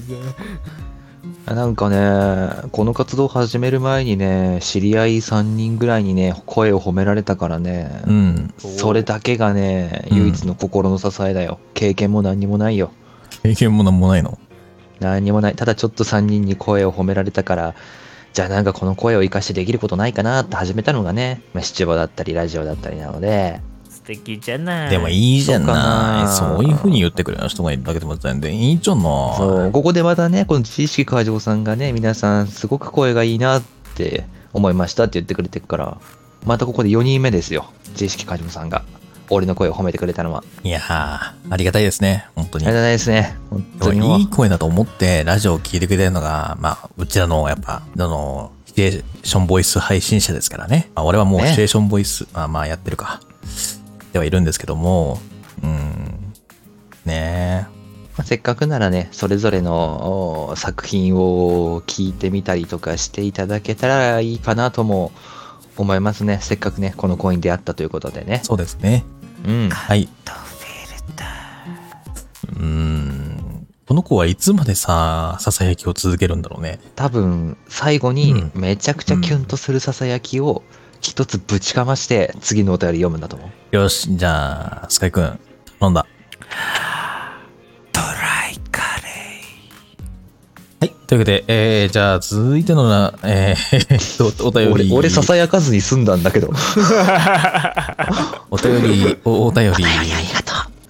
D: さ
E: なんかね、この活動を始める前にね、知り合い3人ぐらいにね、声を褒められたからね、
C: うん
E: それだけがね、
C: うん
E: 唯一の心の支えだよ。経験も何にもないよ。
C: 経験もなんもないの
E: 何にもない。ただちょっと3人に声を褒められたから、じゃあなんかこの声を活かしてできることないかなって始めたのがね、まあ、七五だったりラジオだったりなので、
D: 素敵じゃない
C: でもいいじゃない。
E: そ
C: そ
E: うかな
C: ういうふうに言ってくれる人がいるだけでも全然いいじゃない。
E: そう、ここでまたね、この知識会場さんがね、皆さんすごく声がいいなって思いましたって言ってくれてるから、またここで4人目ですよ。知識会場さんが。俺の声を褒めてくれたのは。
C: いやー、ありがたいですね。本当に
E: ありが。たいですね。本当にもう
C: いい声だと思ってラジオを聞いてくれるのが、まあ、うちらのやっぱ、あの、シチュエーションボイス配信者ですからね。まあ、俺はもう
E: ね
C: シチュエーションボイス、まあまあやってるか。ではいるんですけども、うん。ねえ。
E: まあせっかくならね、それぞれのお作品を聞いてみたりとかしていただけたらいいかなとも思いますね。せっかくね、このコイン出会ったということでね。
C: そうですね。
E: うん。
C: はい。うーん。この子はいつまでさ、ささやきを続けるんだろうね。
E: 多分、最後に
C: う
E: めちゃくちゃキュンとするささやきを一つぶちかまして、次のお便り読むんだと思う。
C: よし、じゃあ、スカイくん、頼んだ。トライカレー。はい、というわけで、えー、じゃあ続いてのな、えー、 *laughs* っとお便
E: 俺
C: り、
E: 俺ささやかずに済んだんだけど。
C: お便り、おお便り。
E: よ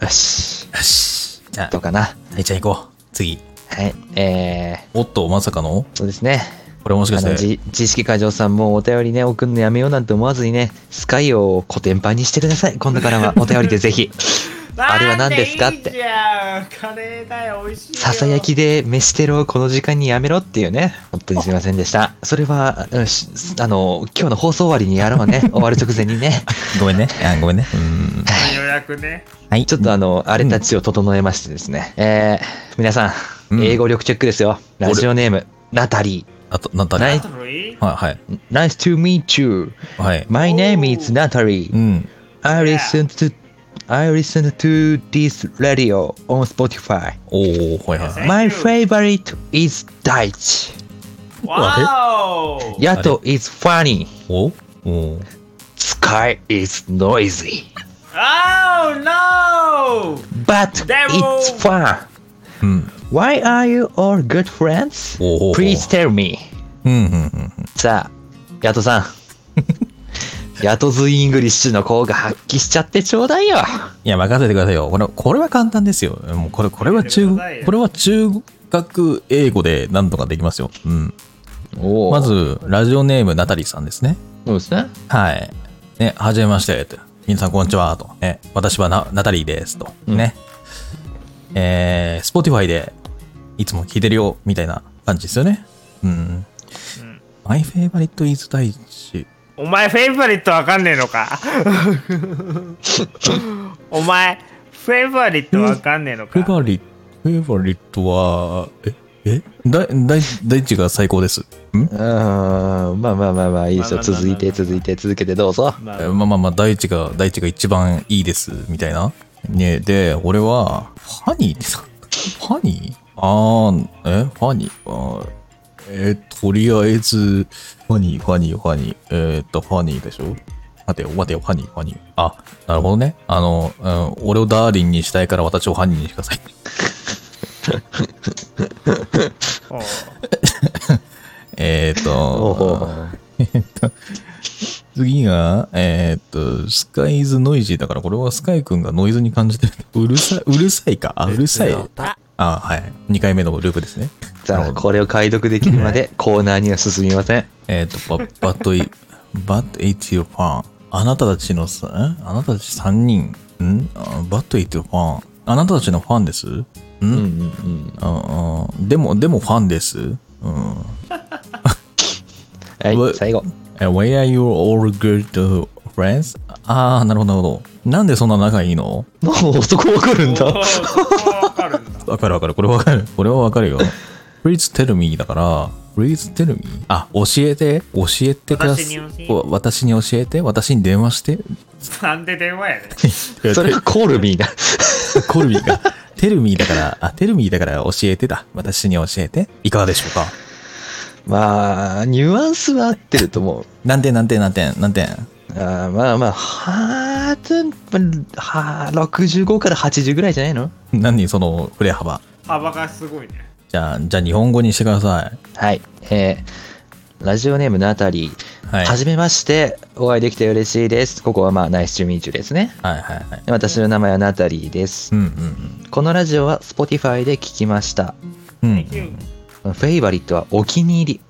E: し。
C: よし。じゃあ
E: どう、かな。
C: 大ちゃん行こう。次。
E: はい。え
C: おっと、まさかの
E: ー、そうですね。
C: これもしか
E: あの、
C: して、
E: じ知識過剰さんもお便りね、送るのやめようなんて思わずにね、スカイを古典版にしてください。今度からはお便りでぜ *laughs* ひ。あれは何ですかって
D: いいじゃんカレーだよ美味しいよ
E: ささやきで飯テロをこの時間にやめろっていうね。本当にすいませんでした。それは、うんしあの、今日の放送終わりにやろう *laughs* ね。終わる直前にね。
C: ごめんね。あごめんね。うん。
D: 予約ね
C: はい。
E: ちょっとあの、あれたちを整えましてですね。えー、皆さ、
C: うんん
E: 英語力チェックですよ。ラジオネーム、ナタリ
C: あと、なんだ
E: ナイ
C: はい
E: ト
D: はい
C: はい。
E: ー。Nice to meet you.My
C: はい。
E: name is ナタリ
C: う
E: ー。
C: ん。
E: I listen to I listen to this radio on Spotify.
C: おー、はいはいはい。
E: My favorite is Daich.
D: わーお
E: と is funny.
C: おお
E: Sky is noisy.
D: あー no
E: But
D: Devil.
E: it's fun.
C: うん。
E: Why are you all good friends?
C: おー
E: Please tell me.
C: うん、うん、うん。
E: さあ、ヤト *laughs* さん。ヤトズイングリッシュの効果発揮しちゃってちょうだいよ。
C: いや、任せてくださいよ。これ、これは簡単ですよ。もうこれ、これは中
D: 任せてください、よ
C: これは中学英語でなんとかできますよ。うん。
E: お
C: ま、ず、ラジオネーム、ナタリーさんですね。
E: そうですね。
C: はい。ね、はじめまして。と皆さん、こんにちは。と。ね、私はナナタリーです。と。ね。えー、Spotify で、いつも聞いてるよ、みたいな感じですよね。うん。マイフェイバリットイズ大地。
D: お前フェイバリットわかんねえのかお前フェイバリットわかんねえの
C: フ
D: か
C: ェイバリット、フェイバリットは、え、えだ、だい、大地が最高です。ん
E: うーん、まあまあまあまあ、いいですよ。
D: まあまあまあまあ
E: 続いて、続いて、続けてどうぞ。
D: まあ
C: えーまあまあまあ、大地が、大地が一番いいです、みたいな。ねで、俺は、ファニーってさ、ファニーあー、え、ファニーあーえーとりあえず、ファニー、ファニー、ファニー。えーっと、ファニーでしょ待てよ、待てよ、ファニー、ファニー。あ、なるほどね。あの、うん、俺をダーリンにしたいから私をファニーにしてください。
D: おう
C: えーっ
E: お
C: と、
E: ー
C: 次が、えーっと、スカイズノイジーだから、これはスカイ君がノイズに感じてる。 *laughs* うるさい、うるさいか。あ、うるさい。あ、はい。2回目のループですね。
E: さあ、これを解読できるまでコーナーには進みません。
C: えっ、と、ば、 *laughs* ばっとい、ばっといつよファン。あなたたちのさ、んあなたたち3人。んばっといつよファン。あなたたちのファンですん、
E: うんうんうん。
C: ああでも、でもファンです。うん。
E: は
C: う
E: い、最後。
C: え Why are you all good friends? ああ、なるほど、なるほど。なんでそんな仲いいの
E: もうそこわかるん
D: お
E: だ。
D: うそこはわかるんだ
C: わかるわかる。これわかる。これはわかるよ。Please tell me だから、Please tell me? あ、教えて。教えてください。
D: 私に教え
C: お私に教えて。私に電話して。
D: なんで電話やねん
E: それがコールミーだ。
C: コルビーが。テルミーだから、あ、テルミーだから教えてだ。私に教えて。いかがでしょうか
E: まあ、ニュアンスは合ってると思う。
C: 何点何点何点何点
E: あーまあまあ、はーはー65から80ぐらいじゃないの
C: 何その振れ幅。
D: 幅がすごいね
C: じゃあ、じゃあ日本語にしてくださ
E: はい。えー、ラジオネームナタリー。
C: い。はい。
E: はじめまして、お会いできて嬉しいです。ここはまあ、ナイスチューミーチューですね。
C: はいはいはい。
E: 私の名前はナタリーです
C: う。んうん
E: このラジオは Spotify で聞きました。
C: うん。うん。
D: Thank you
E: フェイバリットはお気に入り。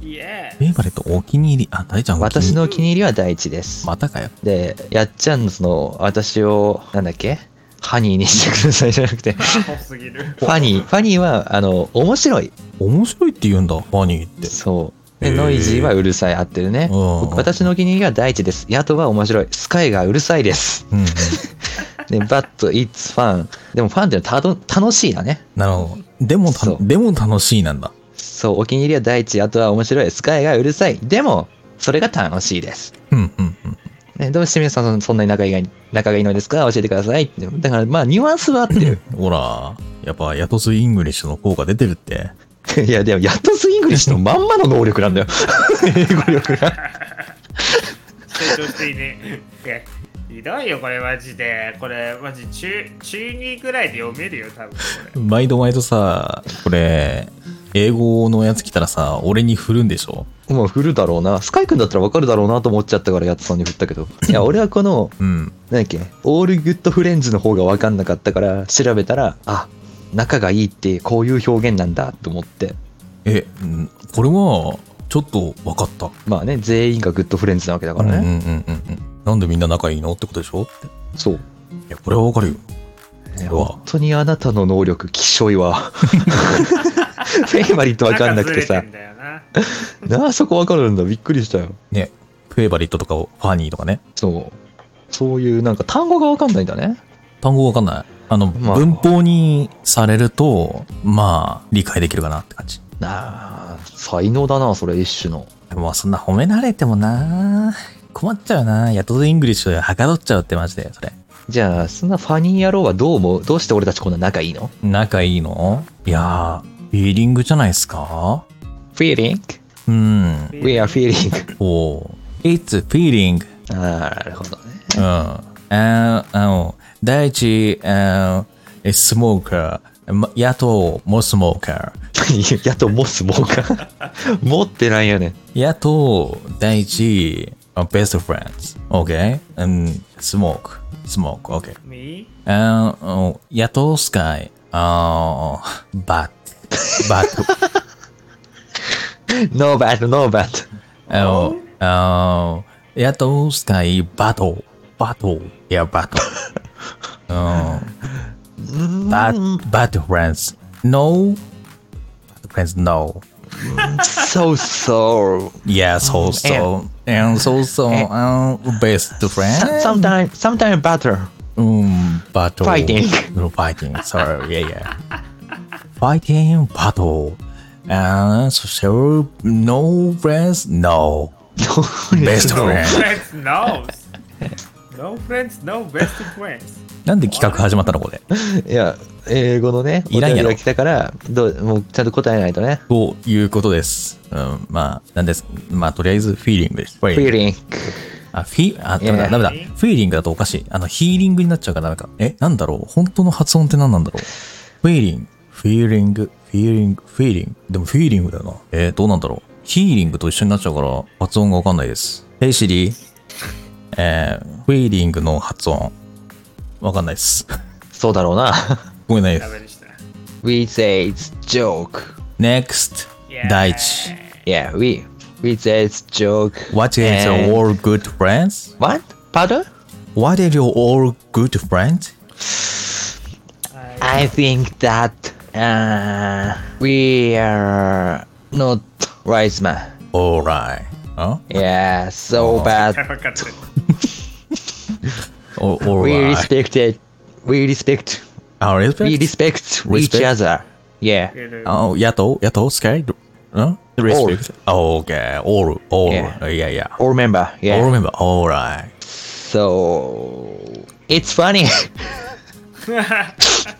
D: イエ
C: フェイバレットお気に入り。あ、大ちゃんお気に入
E: 私
C: り。
E: のお気に入りは第一です。
C: またかよ。
E: で、やっちゃんのその、私を、なんだっけハニーにしてくださいじゃな
C: *laughs*
E: くて、フ
D: ー多すぎる
E: ァニー。ファニーは、あの、面白い。
C: 面白いって言うんだ、ファニーって。
E: そう。で、
C: へー
E: ノイジーはうるさい。合ってるね。
C: うん
E: 僕私のお気に入りは第一です。ヤトは面白い。スカイがうるさいです。
C: うんうん。
E: で、バット、イッツ、ファン。でも、ファンってのはたど楽しいだね。
C: なるほど。でもた
E: そう、
C: でも楽しいなんだ。
E: そう、お気に入りは第一、ヤトは面白い。スカイがうるさい。でも、それが楽しいです。
C: うんうんうん。
E: ね、どうして皆さんそんなに仲がいい仲がいいのですか教えてください。だから、まあ、ニュアンスは合って *laughs* る。
C: ほら、やっぱ、ヤトスイングリッシュの効果出てるって。
E: いや、でも、ヤットスイングリッシュのまんまの能力なんだよ。英語力が。
D: 成長していいねいやひどいよこれマジでこれマジ中中2ぐらいで読めるよ多分これ
C: 毎度毎度さ、これ、英語のやつ来たらさ、俺に振るんでしょ
E: まあ振るだろうな。スカイ君だったらわかるだろうなと思っちゃったからやつさんに振ったけど。いや、俺はこの、
C: うん。
E: なんだっけ、オールグッドフレンズの方がわかんなかったから、調べたら、あ、仲がいいってこういう表現なんだと思って。
C: え、うんこれは、ちょっと分かった。
E: まあね、全員がグッドフレンズなわけだか
C: うんうん
E: ら
C: うん
E: ね。
C: うんうん。なんでみんな仲いいのってことでしょって。い
E: そう。
C: や、これは分かるよ。
E: ね
C: うわ
E: 本当にあなたの能力、きしょいわ。 *laughs* フェイマリットわかんなくてさ
D: ん。だよな
E: なあ、そこわかるんだ。びっくりしたよ。
C: フェイバリットとかファニーとかね。
E: そう。そういう、なんか単語がわかんないんだね。
C: 単語分かんない。あの、
E: まあ
C: 文法にされると、まあ、理解できるかなって感じ。
E: なあ、才能だな、それ、一種の。
C: でもまあそんな褒められてもな困っちゃうなやっとイングリッシュではかどっちゃうってマジで、それ。
E: じゃあ、そんなファニー野郎はどう思うどうして俺たちこんな仲いいの
C: 仲いいのいやー、フィーリングじゃないですか
E: ?Feeling?
C: うん。
E: We are feeling.
C: おう It's feeling.
E: ああ、なるほどね。 *laughs*
C: うん。あーあの、第一、あの、スモーカー。ま野党もスモーカ
E: やっとモスモーか。 *laughs* 持ってないよね。
C: ー。野党第一、ベストフレンズ。OK? うん、スモーク。スモーク。OK。
D: Me?
C: あの、野党スカイ。あーバット。バット。
E: No bad, no bad.
C: あの、あの、やっとスカイバトル。バトル。いや、バトル。Oh. うん。ババトルフレンズ。No? バトルフレンズ、No.
E: So so.
C: Yeah, so so. And so so. Um, best friend?
E: Sometimes, sometimes *laughs* better.
C: うん、バトル。
E: Fighting.
C: *laughs* No, fighting. Sorry. Yeah, yeah. Fighting, バトル。And so, no friends? No. Best friend.
D: Friends, no! No friends, no best friends.
C: なんで企画始まったのこれ。
E: いや、英語のね、
C: いらんやろ
E: お便りが来たから、どうもうちゃんと答えないとね。
C: ということです。うん、まあ、なんです。まあ、とりあえず、フィーリングです。フィーグ。
E: Feeling.
C: あ、フィあ、ダメだ、
E: Yeah.
C: ダメだ。フィーリングだとおかしい。あの、ヒーリングになっちゃうからダメか。え、なんだろう本当の発音って何なんだろうフィーリング、フィーリング、フィーリング、フィーリング。でも、フィーリングだよな。えーどうなんだろうヒーリングと一緒になっちゃうから、発音がわかんないです。ヘイシリー、えー、フィーリングの発音。わかんないです。 *laughs*
E: そうだろうな。
C: ごめんな
D: ダ
C: さい
D: メでした。
E: *laughs* We say it's joke.
C: です。NEXT、
D: Yeah.
C: 第一。
E: Yeah, we. We say it's joke.
C: What is
E: And-
C: all good friends?
E: What? Pardon?
C: What are you all good friends?
E: I think that uh, we are not wise man.
C: Alright. あ
E: Yeah, so
C: Oh.
E: bad.
D: 分かってる。
C: お
E: We
C: ?Alright.
E: respect it. We respect.
C: Ah,
E: We
C: respect?
E: respect,
C: Respect?
E: each other. Yeah.
C: あやっとやっと ?Sky? ん ?Respect? Oh, Okay. All. All. Oh,
E: Yeah.
C: Yeah, yeah.
E: All remember. Yeah.
C: All remember. Alright.
E: So it's funny. *laughs*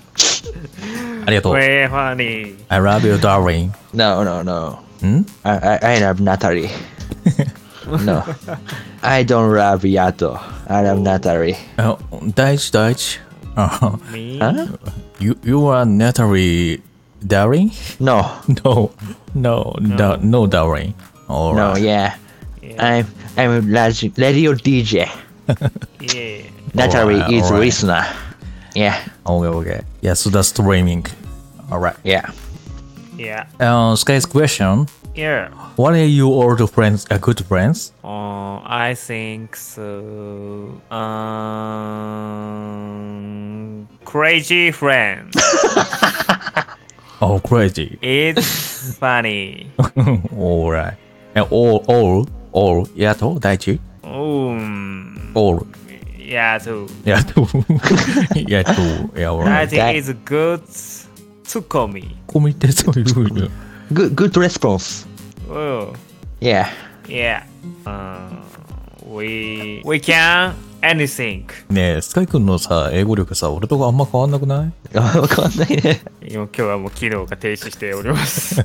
C: ありがとう。
D: Way funny.
C: I love you, darling.
E: no, no, no.
C: ん
E: I, I, I love *laughs* Natalie. no, I don't love Yato. I love Natalie.
C: あ第一、第一。あ
D: Me?
E: Huh?
C: you, you are Natalie, darling?
E: No,
C: *laughs* No. No. No, no darling.
E: no,
C: Alright.
E: yeah.
D: Yeah.
E: I'm I'm a radio radio DJ.
D: Yeah.
E: Natalie
C: Alright,
E: is
C: alright.
E: listener. Yeah,
C: Okay, okay. Yeah, so that's streaming. Alright.
E: yeah.
D: Yeah.
C: Uh, Sky's question.
D: Yeah.
C: What are you all the friends? Are good friends?
D: Uh, I think so. Um, crazy friends.
C: Oh, crazy.
D: It's funny.
C: all right. And all, all, all. Yeah, to, daichi.
D: Um,
C: All.
D: yeah, too.
C: Yeah, to. yeah, to. Yeah, all
D: I
C: right.
E: that-
D: think it's good to call me.
C: コミってそういう。
E: Good good response.
D: Oh,
E: Yeah. *laughs*
D: yeah. Um, we we can anything.
C: ねえ、スカイ君のさ、英語力さ、俺とかあんま変わんなくない
E: あわかんないね。
D: 今日はもう機能が停止しております。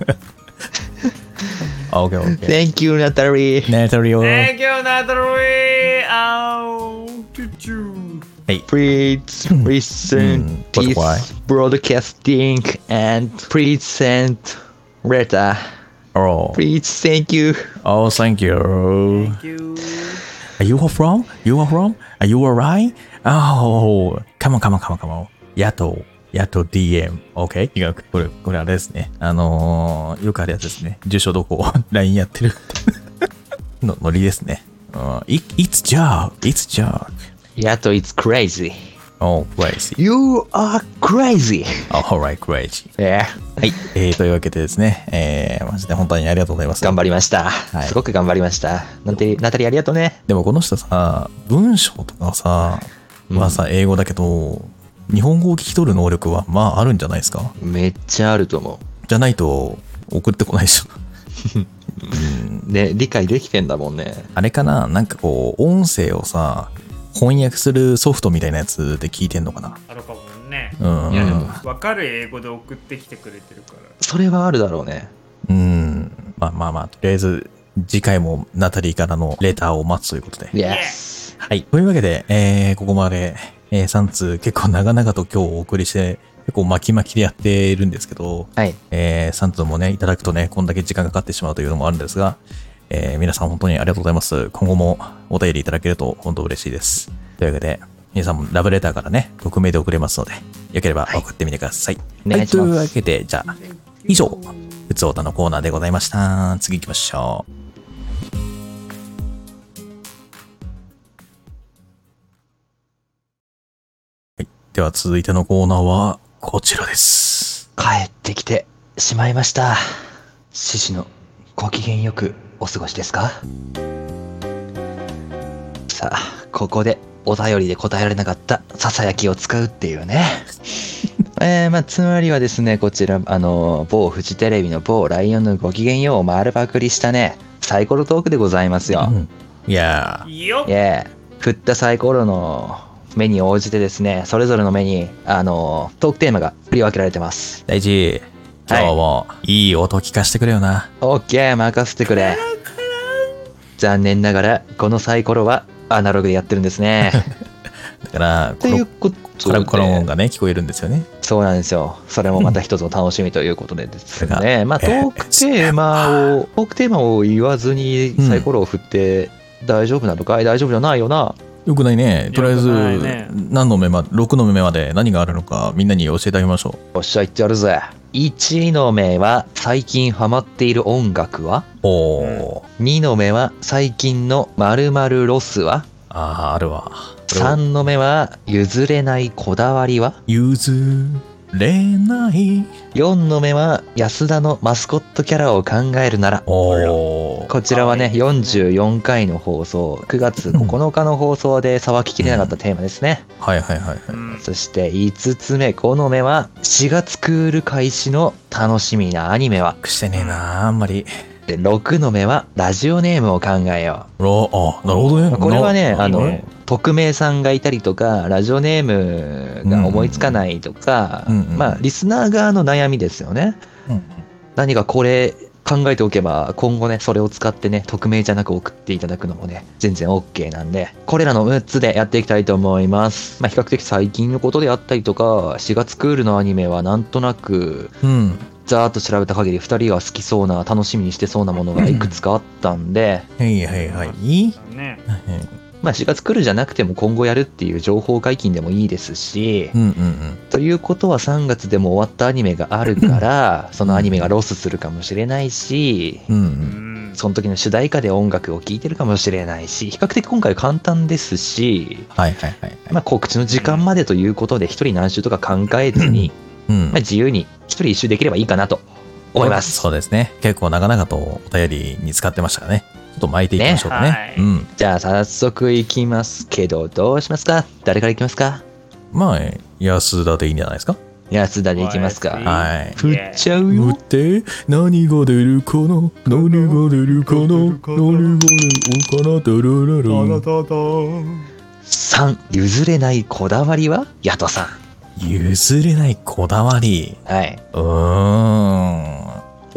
C: あ、オッケーオッケー。
E: Thank you, Natalie.
C: ネタリオ。はい。
D: Thank you, Natalie. Oh, choo choo.
E: Please listen
C: but
E: this
C: why?
E: broadcasting and present Letter,
C: Oh,
E: please, thank you.
C: oh, thank you.
D: Thank you.
C: Are you are from? You are from? Are you alright? Oh, come on, come on, come on, come on. 野党、野党 DM。OK? 違う。これ、これあれですね。あのー、よくあるやつですね。住所ど *laughs* こ ?LINE やってる。のノリですね。うん、It- It's job. It's job.
E: Yato, it's crazy.
C: Oh, crazy.
E: You are crazy.
C: Alright, crazy.
E: *laughs* Yeah. はい、
C: えー、というわけでですね。えー、マジで本当にありがとうございます。
E: 頑張りました。
C: い
E: すごく頑張りました。ナタリーナタリーありがとうね。
C: でもこの人さ、文章とかさ、
E: うん
C: まあさ、英語だけど、日本語を聞き取る能力はまああるんじゃないですか
E: めっちゃあると思
C: じゃないと送ってこないでしょ。
E: う。ね、理解できてんだもんね。
C: あれかななんかこう、音声をさ、翻訳するソフトみたいなやつで聞いてんのかな
D: あるかもね。
C: うん。
E: いやでも
D: わかる英語で送ってきてくれてるから。
E: それはあるだろうね。
C: うん。まあまあまあ、とりあえず、次回もナタリーからのレターを待つということで。
E: Yes.
C: はい。というわけで、えー、ここまで、え3通結構長々と今日お送りして、結構巻き巻きでやっているんですけど、
E: はい。
C: えー、3通もね、いただくとね、こんだけ時間がかかってしまうというのもあるんですが、えー皆さん本当にありがとうございます。今後もお便りいただけると本当嬉しいです。というわけで、皆さんもラブレターからね、匿名で送れますので、よければ送ってみてください。
E: お
C: はい、
E: 願いし
C: と
E: ます
C: いうわけで、じゃあ、以上、うつおたのコーナーでございました。次行きましょう。はい、では続いてのコーナーは、こちらです。
E: 帰ってきてしまいました。獅子のご機嫌よくお過ごしですかさあ、ここでお便りで答えられなかったささやきを使うってい
C: *laughs*
E: うね。えー、まあ、つまりはですね、こちら、あの、某フジテレビの某ライオンのご機嫌ようを丸パクリしたね、サイコロトークでございますよ。
C: うんいや
D: よっ
E: いえ、振ったサイコロの目に応じてですね、それぞれの目に、あの、トークテーマが振り分けられてます。
C: ー、大事。今日もいい音聞かせてくれよな。
E: オッケー任せてくれ残念ながらこのサイコロはアナログでや *laughs* ってるんですね
C: だから、
E: と
C: コ
E: い
C: ロ
E: うこ
C: コロ
E: と
C: コロン
E: で
C: がね、聞こえるんですよね。
E: そうなんですよそれもまた一つの楽しみということでです
C: だか
E: ねまあト
C: えー
E: ークテーマをトークテーマを言わずにサイコロを振って大丈夫なのかい大丈夫じゃないよな
C: よくないね。とりあえず、
D: よくないね
C: 何の目まで、6の目まで何があるのか、みんなに教えてあげましょ
E: おっしゃ言ってやるぜ1の目は最近ハマっている音楽は
C: う。おー。
E: 2の目は最近の〇〇ロスは
C: あー、あるわ。
E: 3の目は譲れないこだわりは
C: 譲れない。
E: 4の目は安田のマスコットキャラを考えるなら
C: おー。
E: こちらはね44回の放送9月9日の放送でさばききれなかったテーマですね、
C: はいはいはいはい。
D: うん
E: そして5つ目5の目は4月クール開始の楽しみなアニメは
C: してねえなあんまり。
E: で6の目はラジオネームを考えよ
C: ろあ、なるほど
E: う
C: ね。
E: これはね
C: な
E: あ
C: な
E: の匿名さんがいたりとかラジオネームが思いつかないとか、
C: うんうんうん
E: まあリスナー側の悩みですよね、
C: うん
E: 何かこれ考えておけば今後ねそれを使ってね匿名じゃなく送っていただくのもね全然 OK なんでこれらの6つでやっていきたいと思いますまあ比較的最近のことであったりとか4月クールのアニメはなんとなく
C: うん。
E: ざーっと調べた限り2人が好きそうな楽しみにしてそうなものがいくつかあったんで
C: はいはいはい。
D: ね。
E: まあ4月クールじゃなくても今後やるっていう情報解禁でもいいですし
C: うんうんうん。
E: ということは3月でも終わったアニメがあるからそのアニメがロスするかもしれないし
C: うんう。
D: うんん。
E: その時の主題歌で音楽を聴いてるかもしれないし、比較的今回簡単ですし、
C: はいはいはい。
E: まあ、告知の時間までということで、一人何周とか考えずに、
C: うん
E: まあ、。自由に一人一周できればいいかなと思います。
C: そうですね。結構長々とお便りに使ってましたからね。ちょっと巻いていきましょうかね。
D: ねはい
C: うん。
E: じゃあ、早速いきますけど、どうしますか誰からいきますか
C: まあ、安田でいいんじゃないですか。
E: 安田でいきます
D: おい
E: か。
C: はい。
E: 振っちゃうよ。
C: って何が出るかな何が出るかな何が出るかなドルルル
E: 3、譲れないこだわりはヤトさ
C: 譲れないこだわり。
E: ん。はい。
C: うーん。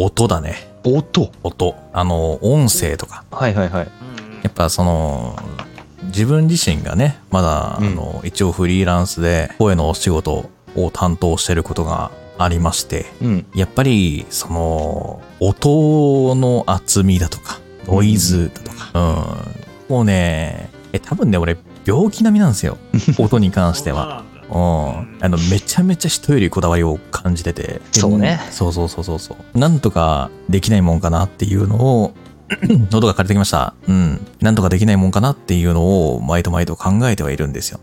C: 音だね。
E: 音。
C: 音。あの、音声とか。
E: はいはいは
D: う
E: い。
D: ん
C: やっぱその、自分自身がね、まだ、
E: うん
C: あの、一応フリーランスで声のお仕事を担当してることがありまして、
E: うん。
C: やっぱり、その、音の厚みだとか、ノイズだとか、うん。もうね、え、多分ね、俺、病気並みなんで
E: *laughs*
C: すよ。音に関しては。うん、あのめちゃめちゃ人よりこだわりを感じてて
E: そうね
C: でそうそうそうそうそうなんとかできないもんかなっていうのを *clears throat* 喉が枯れてきましたうんなんとかできないもんかなっていうのを毎度毎度考えてはいるんですよ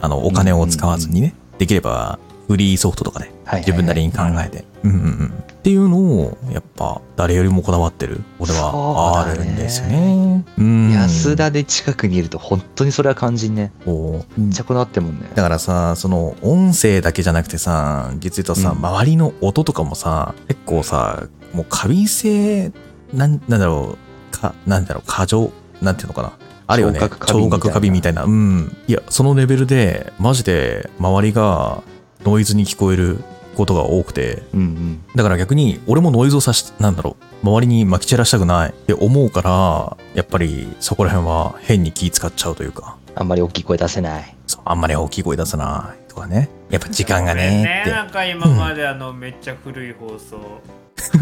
C: あのお金を使わずにね、できればフリーソフトとかで
E: はいはいはい
C: 自分なりに考えて、うんうんうんっていうのをやっぱ誰よりもこだわってる俺は
E: そ
C: あ
E: うだ
C: る
E: ね
C: んですよねうん
E: 安田で近くにいると本当にそれは肝心ね。
C: こう
E: めっちゃこだわってんもんね。
C: だからさ、その音声だけじゃなくてさ、実はさ、
E: うん
C: 周りの音とかもさ、結構さ、もう過敏性、なんなんだろう、か、なんだろう、過剰、なんていうのかな。あるよね。
E: 聴覚過敏みた
C: 聴覚過敏みた
E: いな
C: いな。うん。いや、そのレベルで、マジで周りがノイズに聞こえることが多くて、
E: うんうん。
C: だから逆に、俺もノイズをさし、なんだろう、周りに撒き散らしたくないって思うから、やっぱりそこら辺は変に気使っちゃうというか。
E: あんまり大きい声出せない。
C: そうあんまり大きい声出さないとかね。やっぱ時間がね
D: なんか今まであのめっちゃ古い放送 *laughs*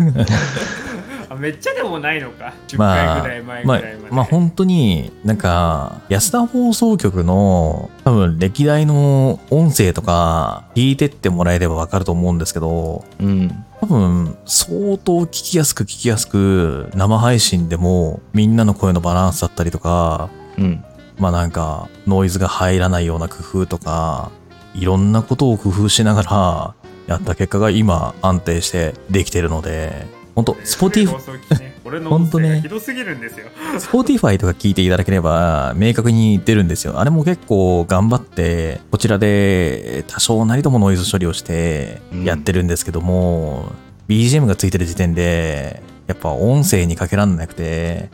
D: あめっちゃでもないのか
C: って。
D: 10
C: ま
D: 回
C: あ
D: ぐらい前、ぐ
C: ま
D: ら
C: あ
D: いまで、、
C: まあ本当になんか、安田放送局の多分歴代の音声とか聞いてってもらえればわかると思うんですけど、
E: うん。
C: 多分相当聞きやすく聞きやすく生配信でもみんなの声のバランスだったりとか、
E: うん。
C: まあなんかノイズが入らないような工夫とかいろんなことを工夫しながらやった結果が今安定してできてるので本当スポティフ
D: 古い放送
C: *laughs*
D: 機ね俺の音声がひどすぎるんですよ、
C: スポーティファイとか聞いていただければ明確に出るんですよあれも結構頑張ってこちらで多少なりともノイズ処理をして
E: うん
C: やってるんですけども、BGM がついてる時点でやっぱ音声にかけらんなくて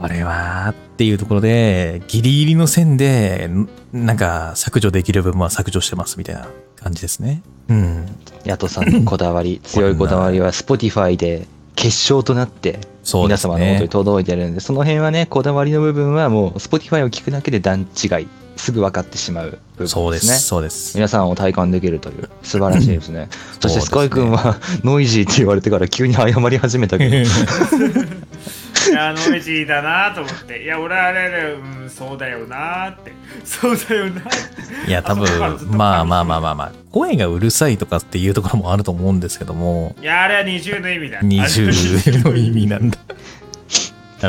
C: これはっていうところでギリギリの線でんなんか削除できる部分は削除してますみたいな感じですねうん
E: ヤトさんのこだわり、強いこだわりは Spotify で結晶となって、
C: そうで
E: 皆
C: すね
E: 様の元に届いてるんで、その辺はね、こだわりの部分はもう Spotify を聞くだけで段違い、すぐ分かってしまう部
C: そう
E: 分
C: で
E: ですね。
C: すそうです
E: 皆さんを体感できるという、素晴らしいですね。そしてスカイ君は、ノイジーって言われてから急に謝り始めた
C: *laughs*
E: けど、
D: いやノイジーだなと思っていや俺あれだよ、うん、そうだよなって *laughs* そうだよなって
C: いや、多分
D: あそこからずっ、と
C: まあまあまあまあまあ、声がうるさいとかっていうところもあると思うんですけども、
D: いやあれは二重の意味だ
C: 二重の意味
D: *laughs*
C: なんだ。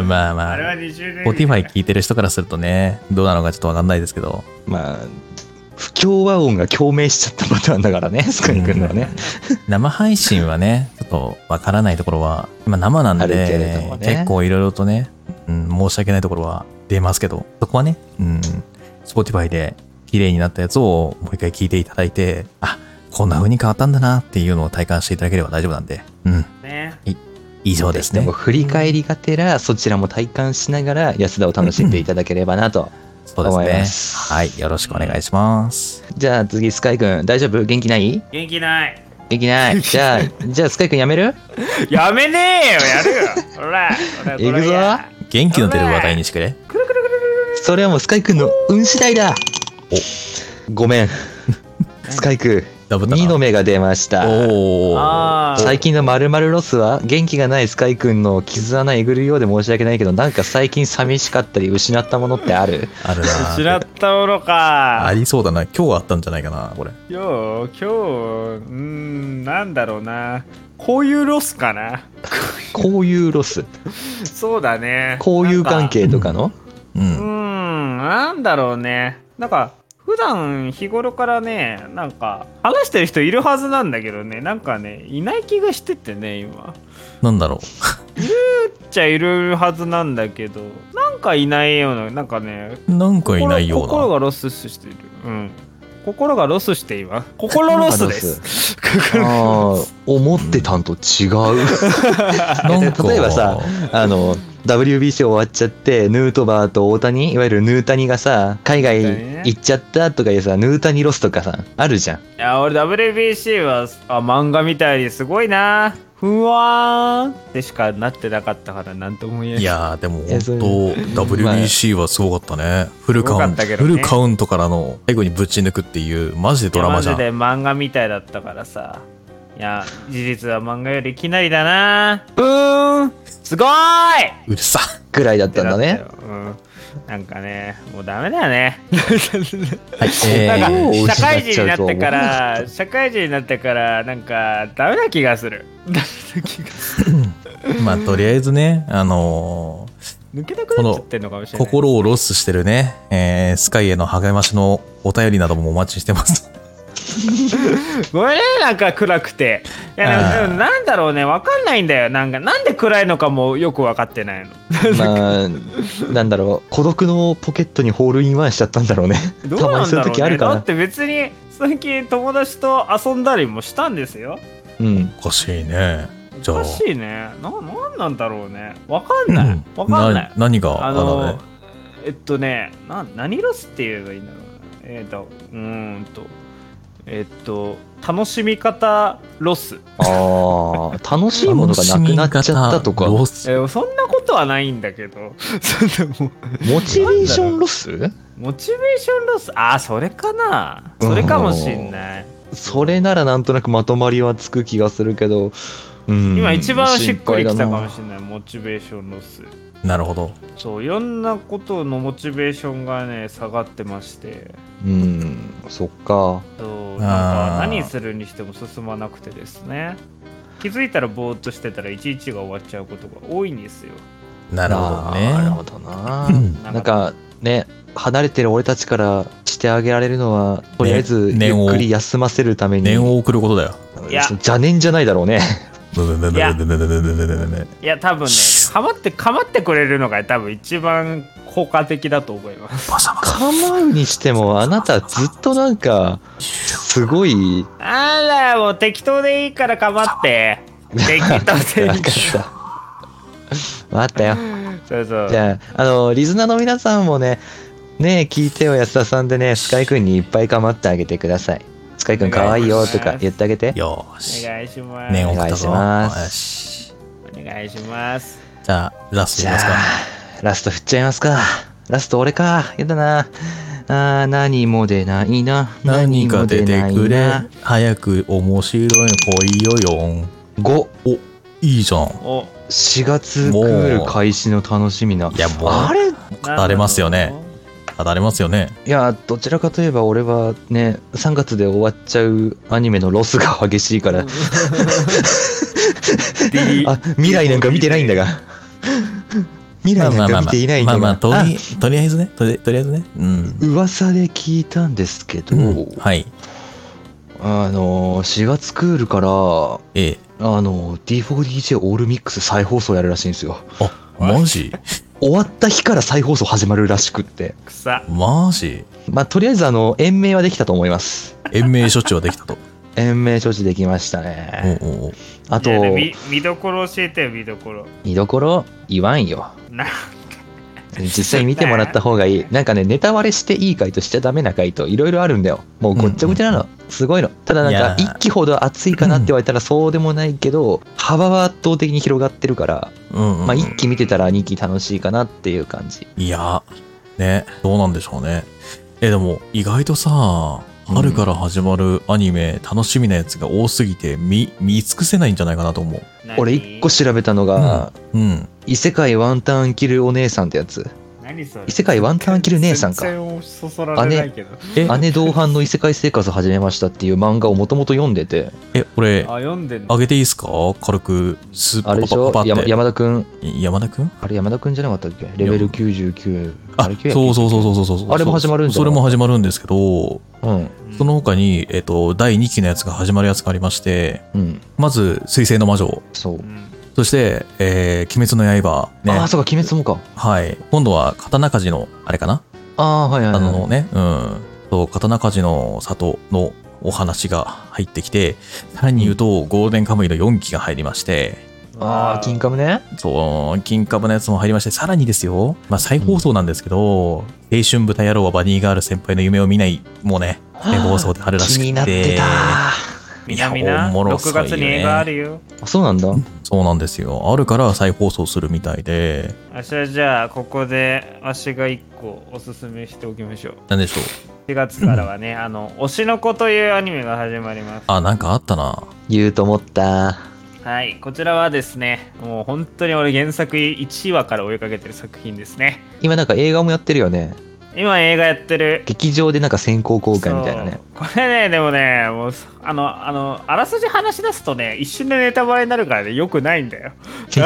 C: まあ
D: あ
C: ま
D: れ
C: あ、
D: は二重の意味だ
C: Spotify 聞いてる人からするとね、どうなのかちょっとわかんないですけど、
E: まあ、不協和音が共鳴しちゃったパターンだからね、スカイ君のはね。
C: 生配信はね、ちょっとわからないところは、今生なん
E: あるけれど
C: で
E: も、ね
C: 結構いろいろとね、うん、申し訳ないところは出ますけど、そこはね、うん、Spotify で綺麗になったやつをもう一回聞いていただいて、あ、こんな風に変わったんだなっていうのを体感していただければ大丈夫なんで、うん、
D: ね
C: 以上です
E: で
C: ね
E: も。振り返りがてら、そちらも体感しながら安田を楽しんでいただければなと。
C: そうです
E: 思い
C: ね
E: ます
C: はいよろしくお願いします
E: じゃあ次スカイ君大丈夫元気ない
D: 元気ない
E: 元
C: *laughs*
E: 気ない。じゃあ、じゃあスカイ君やめる
D: やめねえよやるよほらほら
E: 行くぞ
D: ほら
C: 元気の出る話題にしてくれ
E: それはもうスカイ君の運次第だお
C: *laughs*
E: ごめん。スカイ君、
C: ダブったな
E: 2の目が出ました。
C: おー
D: あー
E: 最近の〇〇ロスは元気がないスカイ君の傷穴えぐるようで申し訳ないけどなんか最近寂しかったり失ったものってある
C: あるな
D: 失ったもの
C: あ
D: か
C: りそうだな今日はあったんじゃないかなこれ
D: 今日今日うーんなんだろうなこういうロスかな
E: こういうロス
D: そうだね
E: こういう関係とかの
C: う
D: なんかうんんなんだろうねなんか普段日頃からねなんか話してる人いるはずなんだけどねなんかねいない気がしててね今
C: なんだろ
D: いっちゃいるはずなんだけどなんかいないようななんかね
C: うなんかいないよ
D: 心心
C: う
D: がロスしてるうん心がロスしています心ロスです心
E: ああ思ってたんと違う
C: ななんか
E: 例えばさあの WBC 終わっちゃってヌートバーと大谷いわゆるヌータニがさ海外行っちゃったとかいうさヌータニロスとかさあるじゃん
D: *laughs* いや俺 WBC はあ漫画みたいにすごいなふわーんってしかなってなかったからなんとも言えない
C: いやーでも
E: いやそれ
C: 本当 WBC はすごかったねフルカウント
D: すごかったけ
C: フ
D: どね
C: ルカウントからの最後にぶち抜くっていうマジでドラマじゃ
D: マジ
C: ん
D: で漫画みたいだったからさいや、事実は漫画よりきなりだな。うーん、すごーいっ
C: うるさ。
E: ぐらいだってたんだ
D: な
E: ね。
D: ったようん。なんかね、もうダメだよ *laughs* ね。
C: はい、え
D: なんか
C: ー、
E: ー
D: 社会人になってから、社会人になってから、なんか、ダメな気がする。ダメな気がす
C: まあとりあえずね、あのー
D: る。抜けなくなっちゃってんのかもしれない。
C: 心をロスしてるね、えースカイへの励ましのお便りなどもお待ちしてます。
D: ごめんね、なんか暗くて。いや、でも
C: あー
D: でもなんだろうね、わかんないんだよ。なんか、なんで暗いのかもよくわかってないの。
E: まあ、なんだろう、孤独のポケットにホールインワンしちゃったんだろうね。
D: どう
E: たま
D: な
E: に
D: ん
E: す
D: だ
E: る
D: ろ
E: と
D: う
E: きあ
D: ね。
E: るか
D: だ
E: な
D: っ。て別に、最近友達と遊んだりもしたんですよ。
E: うん。
C: おかしいね。じ
D: お
C: ゃあ
D: かしいね。な、なんなんだろうね。わかんない。わかんない。
C: 何が
D: あ
C: あ
D: の
C: だね。
D: えっとねな何ロスって言えばいいんだろうなえっ、とうーんとえっと楽しみ方ロス、
E: ああ、楽しいものがなくなっちゃったとか。
C: 楽
E: モ
C: しみ方
D: えーそんなことはないんだけど *laughs* そんなもう
E: チベーションロス
D: モチベーションロスああそれかなそれかもしんない、
E: それならなんとなくまとまりはつく気がするけど、うん
D: 今一番しっくりきたかも
E: 心配だな
D: しんないモチベーションロス
C: ロスなるほど。
D: そういろんなことのモチベーションがね下がってまして
E: うん、そっか。
D: そうなんか
C: あー
D: 何するにしても進まなくてですね気づいたらぼーっとしてたら一日が終わっちゃうことが多いんですよ
C: なるほど
E: なるほ
C: ね。
E: どな
C: う。ん
E: なんかね、離れてる俺たちからしてあげられるのは、とりあえず
C: ね
E: ゆ
C: 念を
E: っくり休ませるために、
C: 念を送ることだよ。
D: いや
E: 邪念じゃないだろ
C: *laughs*
E: うね。
C: ブブブブブブブブブブブブブ
D: いや多分
E: *laughs*
D: ねかまってかまってくれるのが多分一番効果的だと思います
C: バサバサ
E: 構うにしても、あなたずっとなんか、すごい、
D: あらもう適当でいいからかまっ
E: *laughs*
D: て適当でい
E: なん
D: い
E: か
D: か
E: さ。 *laughs* わかったよ。
D: らそうそう
E: じゃあ、あの、リズナーの皆さんもね、ねえ、聞いてよ、安田さんでね、スカイくんにいっぱい構ってあげてください。スカイくんかわいいよとか言ってあげて。
C: よーし
D: お。願いします
C: 念を送ったぞ。
E: お願いします
C: よし
D: お願いします
C: じゃあ、ラストい
E: じ
C: き
E: ゃ
C: ますか。
E: あ、ラスト振っちゃいますか。ラスト俺か。やだな。あー何も出ないな。
C: 何か出てくれ
E: 何も出ないな。
C: 早く面白いぽいよよん。
E: 5、
C: お、いいじゃん。
D: お
E: 4月クール開始の楽しみな。
C: いや、もう、
E: あれい
C: 語れますよね。語れますよね。
E: や、どちらかといえば俺はね、3月で終わっちゃうアニメのロスが激しいから、 *laughs* あ、未来なんか見てないんだが。未
C: まあま
E: 来な
C: あ
E: ん
C: まあ
E: か見
C: ま
E: ていない
C: あ、
E: ん
C: ま
E: だ
C: あ
E: が。
C: まあ、とり、とりあえずね、とりとりあえずね。うん。
E: 噂で聞いたんですけど、
C: うんはい。
E: あの、4月クールから、
C: ええ。
E: あの、D4DJ オールミックス再放送やるらしいんですよ。
C: あ、マジ
E: 終わった日から再放送始まるらしくって。
D: 草
C: マジ
E: まあ、とりあえず、あの、延命はできたと思います。
C: 延命処置はでき
E: *laughs*
C: たと。
E: 延命処置できました
C: おう
E: ね。
C: おうおう
E: あと
D: い、やで見見どころ教えてよ見どころ
E: 見どころ言わんよ。
D: な
E: 実際見てもらった方が *laughs* いい。なんかね、ネタ割れしていい回としちゃダメな回といろいろあるんだよ。もうごっちゃごちゃなの。すごいの。ただ
C: い
E: な
C: や
E: んか、
C: ー
E: 一期ほど熱いかなって言われたらそうでもないけど、幅は圧倒的に広がってるから、
C: うん、うん。
E: まあ、一期見てたら二期楽しいかなっていう感じ。
C: いや、ね、どうなんでしょうね。え、でも、意外とさ、春から始まるアニメ、楽しみなやつが多すぎて、見、見尽くせないんじゃないかなと思う。
E: 俺一個調べたのが、
C: うん。
E: 異世界ワンタンキルお姉さんってやつ。
D: 何それ
E: 異世界ワンタンキル姉さんか
D: 全然そそられないけど
C: え、
E: 姉同伴の異世界生活始めましたっていう漫画をもともと読んでて、
C: え、俺、
D: あ読んでん
C: あ
D: の
C: げていいですか軽く、スーパ
E: あれでし
C: ー
E: ょ
C: パパパパっ
E: 山
C: て。
E: 山田くん、
C: 山田くん
E: あれ山田くんじゃなかったっけレベル99。
C: あ
E: れ、99
C: そうそうそうそうそうそう。
E: あれも始まるんじゃん
C: それも始まるんですけど、
E: うん。
C: その他に、えっと、第2期のやつが始まるやつがありまして、
E: うん。
C: まず、水星の魔女。
E: そう。
D: うん
C: そして、えー、鬼滅の刃。ね。
E: ああ、そうか、鬼滅もか。
C: はい。今度は、刀鍛冶の、あれかな
E: ああー、はいはい、
C: あ
E: はい。
C: のね、うん。そう、刀鍛冶の里のお話が入ってきて、さらに言うと、ゴールデンカムイの4期が入りまして、
E: ああ、金カムね。
C: そう、金株のやつも入りまして、さらにですよ、まあ、再放送なんですけど、青春豚野郎はバニーガール先輩の夢を見ない、もうね、再放送であるらしく
E: 気
C: て。
E: になってた。
D: みなみな、
C: いやおもろそ
D: 6
C: うよね
D: 月に映画あるよ。
E: あそうなんだ。
C: そうなんですよ。あるから再放送するみたいで、
D: あしはじゃあ、ここで、わしが1個おすすめしておきましょう。
C: なんでしょう。
D: 4月からは
C: *laughs*
D: ね、あの、推しの子というアニメが始まります。
C: あ、なんかあったな。
E: 言うと思った。
D: はい、こちらはですね、もう本当に俺原作1話から追いかけてる作品ですね。
E: 今なんか映画もやってるよね。
D: 今映画やってる。
E: 劇場でなんか先行公開みたいなね。
D: そう。これね、でもね、もう、あの、あの、あらすじ話し出すとね、一瞬でネタバレになるからね、よくないん
E: *laughs*
D: だよ。だ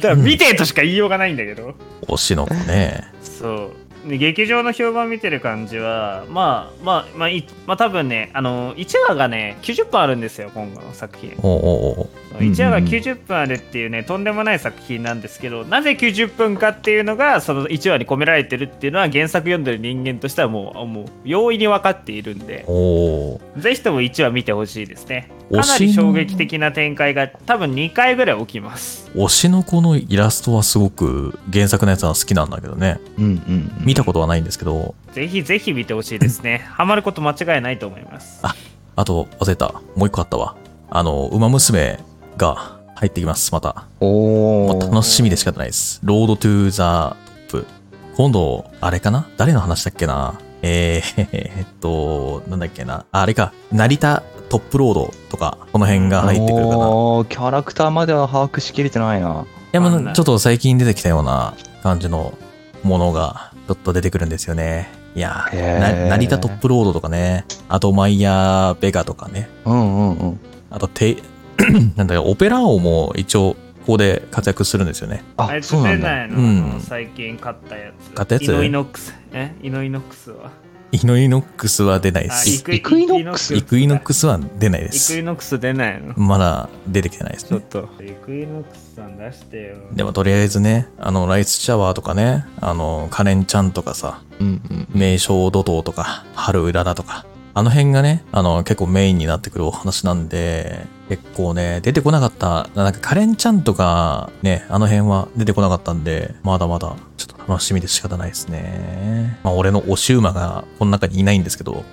D: から見てとしか言いようがないんだけど。
C: 推しの子ね。
D: そう。で劇場の評判見てる感じは、まあ、まあ、まあ、いまあ、多分ね、あの、1話がね、90分あるんですよ、今後の作品。
C: おうおうおう
D: 1話が90分あるっていうね、とんでもない作品なんですけど、なぜ90分かっていうのが、その1話に込められてるっていうのは、原作読んでる人間としてはもう、あもう、容易に分かっているんで、
C: おう
D: ぜひとも1話見てほしいですね。か
C: 推し
D: なり衝撃的な展開が、多分2回ぐらい起きます。
C: 推しの子のイラストはすごく原作のやつは好きなんだけどね。
E: うんうんうん。
C: 見たことはないんですけど、
D: ぜひぜひ見てほしいですね。ハマること間違いないと思います。
C: あと忘れた。もう一個あったわ。あの、馬娘が入ってきます、また。も
E: お
C: う
E: お。
C: 楽しみで仕方ないです。ロードトゥーザトップ。今度、あれかな誰の話だっけなえー、えっと、なんだっけなあれか、成田トップロードとか、この辺が入ってくるかな。い
E: おーキャラクターまでは把握しきれてないな。
C: や、
D: わか
C: も
D: んな
C: う
D: い
C: ちょっと最近出てきたような感じのものが、ちょっと出てくるんですよね。いや
E: へー
C: ー、な成田トップロードとかね、あとマイヤーベガとかね、
E: うんうんうん。
C: あと、て、 *coughs* なんだよ、オペラ王も一応、ここで活躍するんですよね。
D: あ
E: あ、
D: いつ
E: そうな
D: 出
E: んだ。
D: ないの、
C: うん
D: あの最近買ったやつ。
C: 買ったやつ
D: イノイノックス。えイノイノックスは。
C: イノイノックスは出ないで
D: あ
C: す。
E: イクイノックス
C: イクイノック
D: ス。
C: スは出ないで
D: イク
C: す
D: イ。ノックス出ないの
C: まだ出てきてないです
D: ちょっ
C: ね。
D: と。イクイノックスさん出してよ。
C: でもとりあえずね、あの、ライスシャワーとかね、あの、カレンちゃんとかさ、
E: うんうん。
C: 名称怒涛とか、春うららとか、あの辺がね、あの、結構メインになってくるお話なんで、結構ね、出てこなかった、なんかカレンちゃんとか、ね、あの辺は出てこなかったんで、まだまだ、ちょっと楽しみで仕方ないですね。まあ、俺の推し馬がこの中にいないんですけど、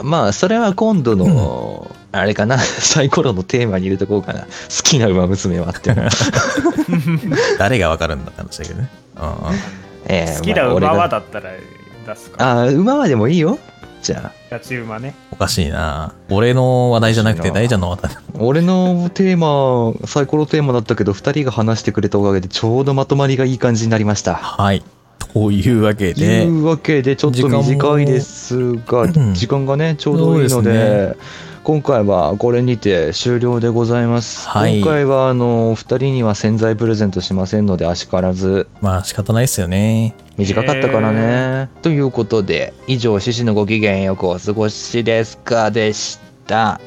E: まあ、それは今度の、あれかな、 *laughs* サイコロのテーマに入れとこうかな。好きな馬娘は
C: *laughs*
E: っていうの。
C: 誰がわかるんだって話だけどね。うんうん。
E: ええ
D: 好きな
E: まあ
D: 馬
E: 俺
D: は
E: が
D: だったら出すか。
E: あー馬はでもいいよ。じゃあ、
D: 勝ち馬ね。
C: おかしいな俺の話題じゃなくて
E: おかしいな
C: 大ちゃんの話題。
E: 俺のテーマ、サイコロテーマだったけど、二人が話してくれたおかげで、ちょうどまとまりがいい感じになりました。
C: はい。というわけ
E: と
C: で
E: い、うわけで、ちょっと
C: 時間も
E: 短いですが
C: う、ん
E: 時間がね、ちょうどいい
C: そ
E: の
C: う
E: で、
C: で
E: 今回はこれにて終了でございます。
C: はい
E: 今回は、あの、お二人には洗剤プレゼントしませんので、あしからず、
C: まあ仕方ないっすよね。
E: 短かったからね。ということで、以上、獅子のご機嫌よくお過ごしですかでした。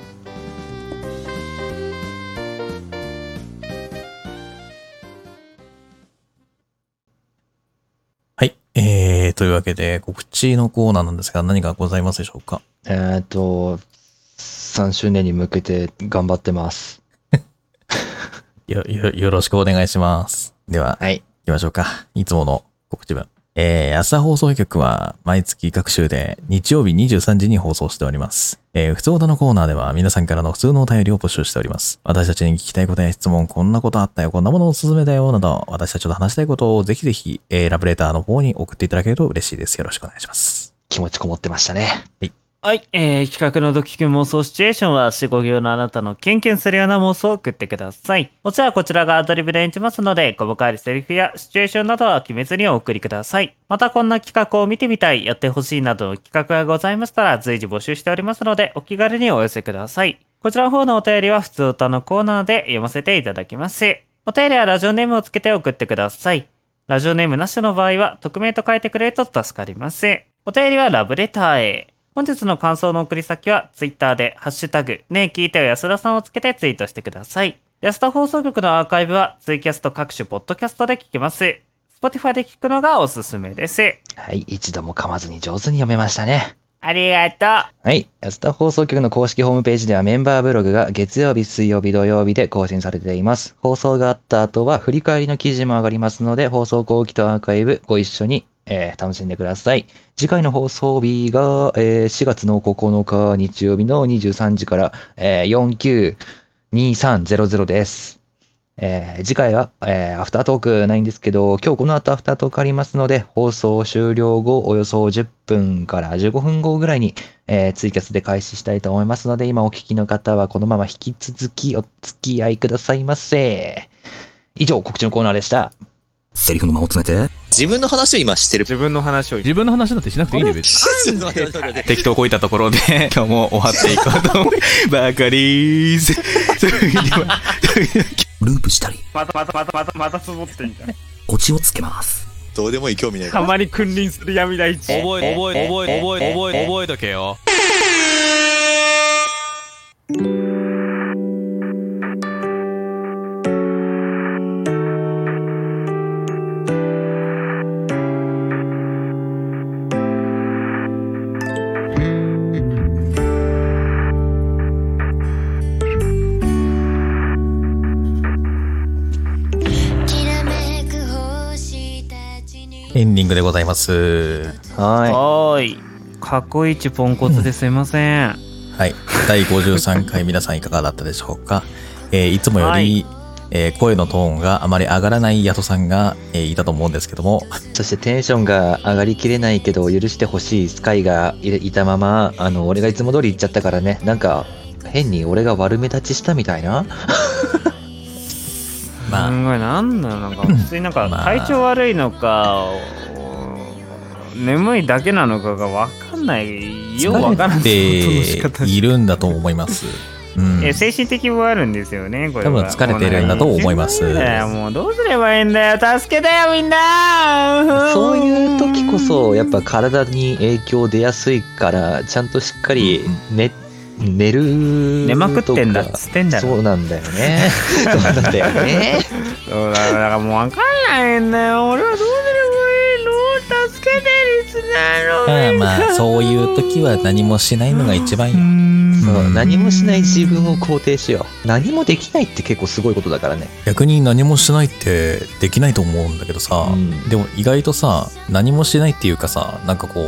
C: はい。えー、というわけで、告知のコーナーなんですが、何かございますでしょうか
E: えーっと、3周年に向けて頑張ってます。
C: よ、よ、よろしくお願いします。では、
E: はい。
C: 行きましょうか。いつもの告知文。えー、朝放送局は毎月各週で日曜日23時に放送しております。えー、普通歌のコーナーでは皆さんからの普通のお便りを募集しております。私たちに聞きたいことや質問、こんなことあったよ、こんなものおすすめだよ、など、私たちと話したいことをぜひぜひ、えー、ラブレターの方に送っていただけると嬉しいです。よろしくお願いします。
E: 気持ちこもってましたね。
D: はい、えー、企画のドキュン妄想シチュエーションは、四五行のあなたのキュンキュンするような妄想を送ってください。もちろんこちらがアドリブで演じますので、細かいセリフやシチュエーションなどは決めずにお送りください。またこんな企画を見てみたい、やってほしいなどの企画がございましたら、随時募集しておりますので、お気軽にお寄せください。こちらの方のお便りは、普通歌のコーナーで読ませていただきます。お便りはラジオネームをつけて送ってください。ラジオネームなしの場合は、匿名と書いてくれると助かります。お便りはラブレターへ。本日の感想の送り先は、ツイッターで、ハッシュタグ、ねえ聞いてよ安田さんをつけてツイートしてください。安田放送局のアーカイブは、ツイキャスト各種ポッドキャストで聞けます。Spotify で聞くのがおすすめです。
E: はい。一度も噛まずに上手に読めましたね。
D: ありがとう。
E: はい。安田放送局の公式ホームページではメンバーブログが月曜日、水曜日、土曜日で更新されています。放送があった後は振り返りの記事も上がりますので、放送後期とアーカイブご一緒に、えー楽しんでください。次回の放送日が、えー4月の9日日曜日の23時から、えー、492300です。えー次回は、えーアフタートークないんですけど、今日この後アフタートークありますので、放送終了後、およそ10分から15分後ぐらいに、えーツイキャスで開始したいと思いますので、今お聞きの方はこのまま引き続きお付き合いくださいませ。以上、告知のコーナーでした。
F: セリフの間を詰めて、
G: 自分の話を今してる。
A: 自分の話を
H: 自分の話なんてしなくていいね、別に。適当こいたところで、今日も終わっていこうと思う。バカリーズ。そういうふうには
F: ループしたり、
D: またまたまたまたまた積もってんじゃん。
F: オチをつけます。
I: *laughs* どうでもいい興味ないか
D: た
I: ら。
D: まに君臨する闇大地。
H: 覚え、覚え、覚え、覚え、覚え、覚えとけよ。
B: きらめく星たちに
C: エンディングでございます。
E: は
D: はーい。過去一ポンコツですいません。
C: はい。第53回、皆さんいかがだったでしょうか。えーいつもより、
D: はい
C: えー声のトーンがあまり上がらないヤトさんが、えーいたと思うんですけども、
E: い。そしてテンションが上がりきれないけど、許してほしいスカイがいいたまま、あの、俺がいつも通り言っちゃったからね、なんか、変に俺が悪目立ちしたみたいな
C: まあ
D: す、んごいなんだよなんか普通になんか
C: まあ
D: 体調悪いのか、お眠いだけなのかがわかんないようわからん
C: 疲れているんだと思います。うん
D: *laughs* え。精神的もあるんですよねこれは
C: 多分疲れてるんだと思います
D: もうねもうどうすればいいんだよ助けてよみんな
E: そういう時こそやっぱ体に影響出やすいからちゃんとしっかり寝寝る
D: 寝まくってんだ
E: と
D: っ
E: か
D: つってんだろ
E: そうなんだよね *laughs* そうなんだよね
D: そうだだからもうわかんないんだよ俺はどうすればいいの助けてリス
C: まあ
D: ナーの
C: まあ、そういう時は何もしないのが一番いいよ。
E: そう
C: うん
E: 何もしない自分を肯定しよう何もできないって結構すごいことだからね
C: 逆に何もしないってできないと思うんだけどさ、
E: うん
C: でも意外とさ何もしないっていうかさなんかこ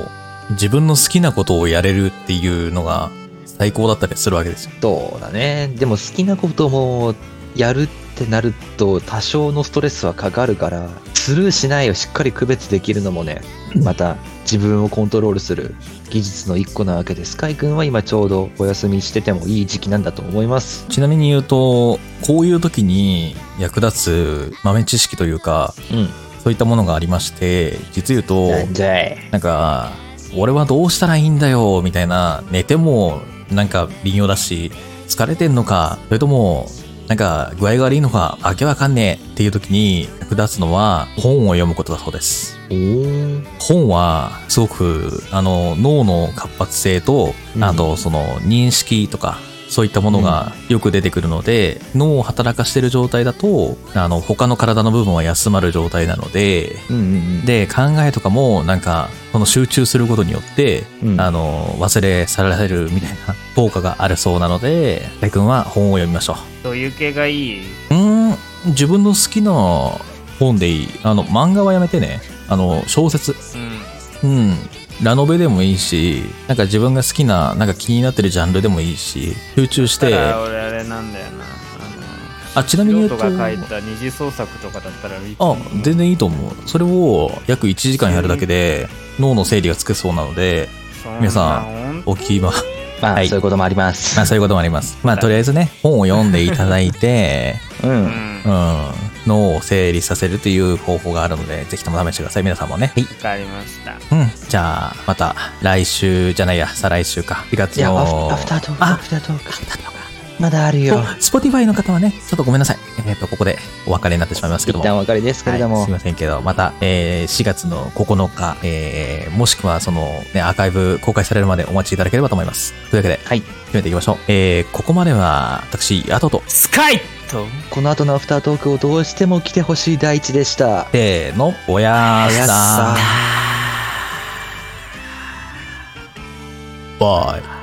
C: う自分の好きなことをやれるっていうのが最高だったりするわけですよ
E: そうだねでも好きなこともやるってなると多少のストレスはかかるからスルーしないをしっかり区別できるのもねまた自分をコントロールする技術の一個なわけでスカイくんは今ちょうどお休みしててもいい時期なんだと思います
C: ちなみに言うとこういう時に役立つ豆知識というか
E: うん
C: そういったものがありまして実言うと
E: なんじゃい
C: なんか俺はどうしたらいいんだよみたいな寝てもなんか微妙だし疲れてんのかそれともなんか具合が悪いのかわけわかんねえっていう時に役立つのは本を読むことだそうです
E: おー
C: 本はすごくあの脳の活発性と、
E: うん
C: あとその認識とかそういったものがよく出てくるので、脳を働かしてる状態だとあの他の体の部分は休まる状態なので
E: うんうん
C: で考えとかもなんかその集中することによって、
E: うん
C: あの忘れ去られるみたいな効果があるそうなので大君は本を読みましょ
D: どういう系がいいう
C: うーん自分の好きな本でいいあの漫画はやめてねあの小説
D: うん
C: うんラノベでもいいしなんか自分が好きななんか気になってるジャンルでもいいし集中し
D: だか
C: て
D: ら
C: あ
D: 俺あれなんだよなあ
C: ちなみに
D: の
C: 言う
D: 素人
C: と
D: が書いた二次創作とかだったらいい
C: あ
D: うん
C: 全然いいと思うそれを約1時間やるだけで脳の整理がつくそうなので
D: そんな
C: 皆さ
D: ほん
C: おきま
E: まあ、
C: はい
E: そういうこともあります
C: *laughs* まあそういうこともあります。まあとりあえずね、本を読んでいただいて、
E: う
D: うんん
C: うん、脳を整理させるという方法があるので、ぜひとも試してください、皆さんもね。はい。
D: わかりました
C: うん。じゃあ、また来週じゃないや、再来週か。4月
E: いやア
C: の。
E: フアフタートークア
C: あ、
E: フタートークまだあるよ
C: スポティファイの方はね、ちょっとごめんなさい。えっ、と、ここでお別れになってしまいますけ
E: 一
C: ども。
E: 旦お別れですけれども、
C: はい、すいませんけど、また、えー4月の9日、えーもしくはその、ね、アーカイブ公開されるまでお待ちいただければと思います。というわけで、
E: はい
C: 決めていきましょう。えーここまでは、私、ヤトと、
D: スカイと
E: この後のアフタートークをどうしても来てほしい第一でした
C: せーの、おやーさー。バイ。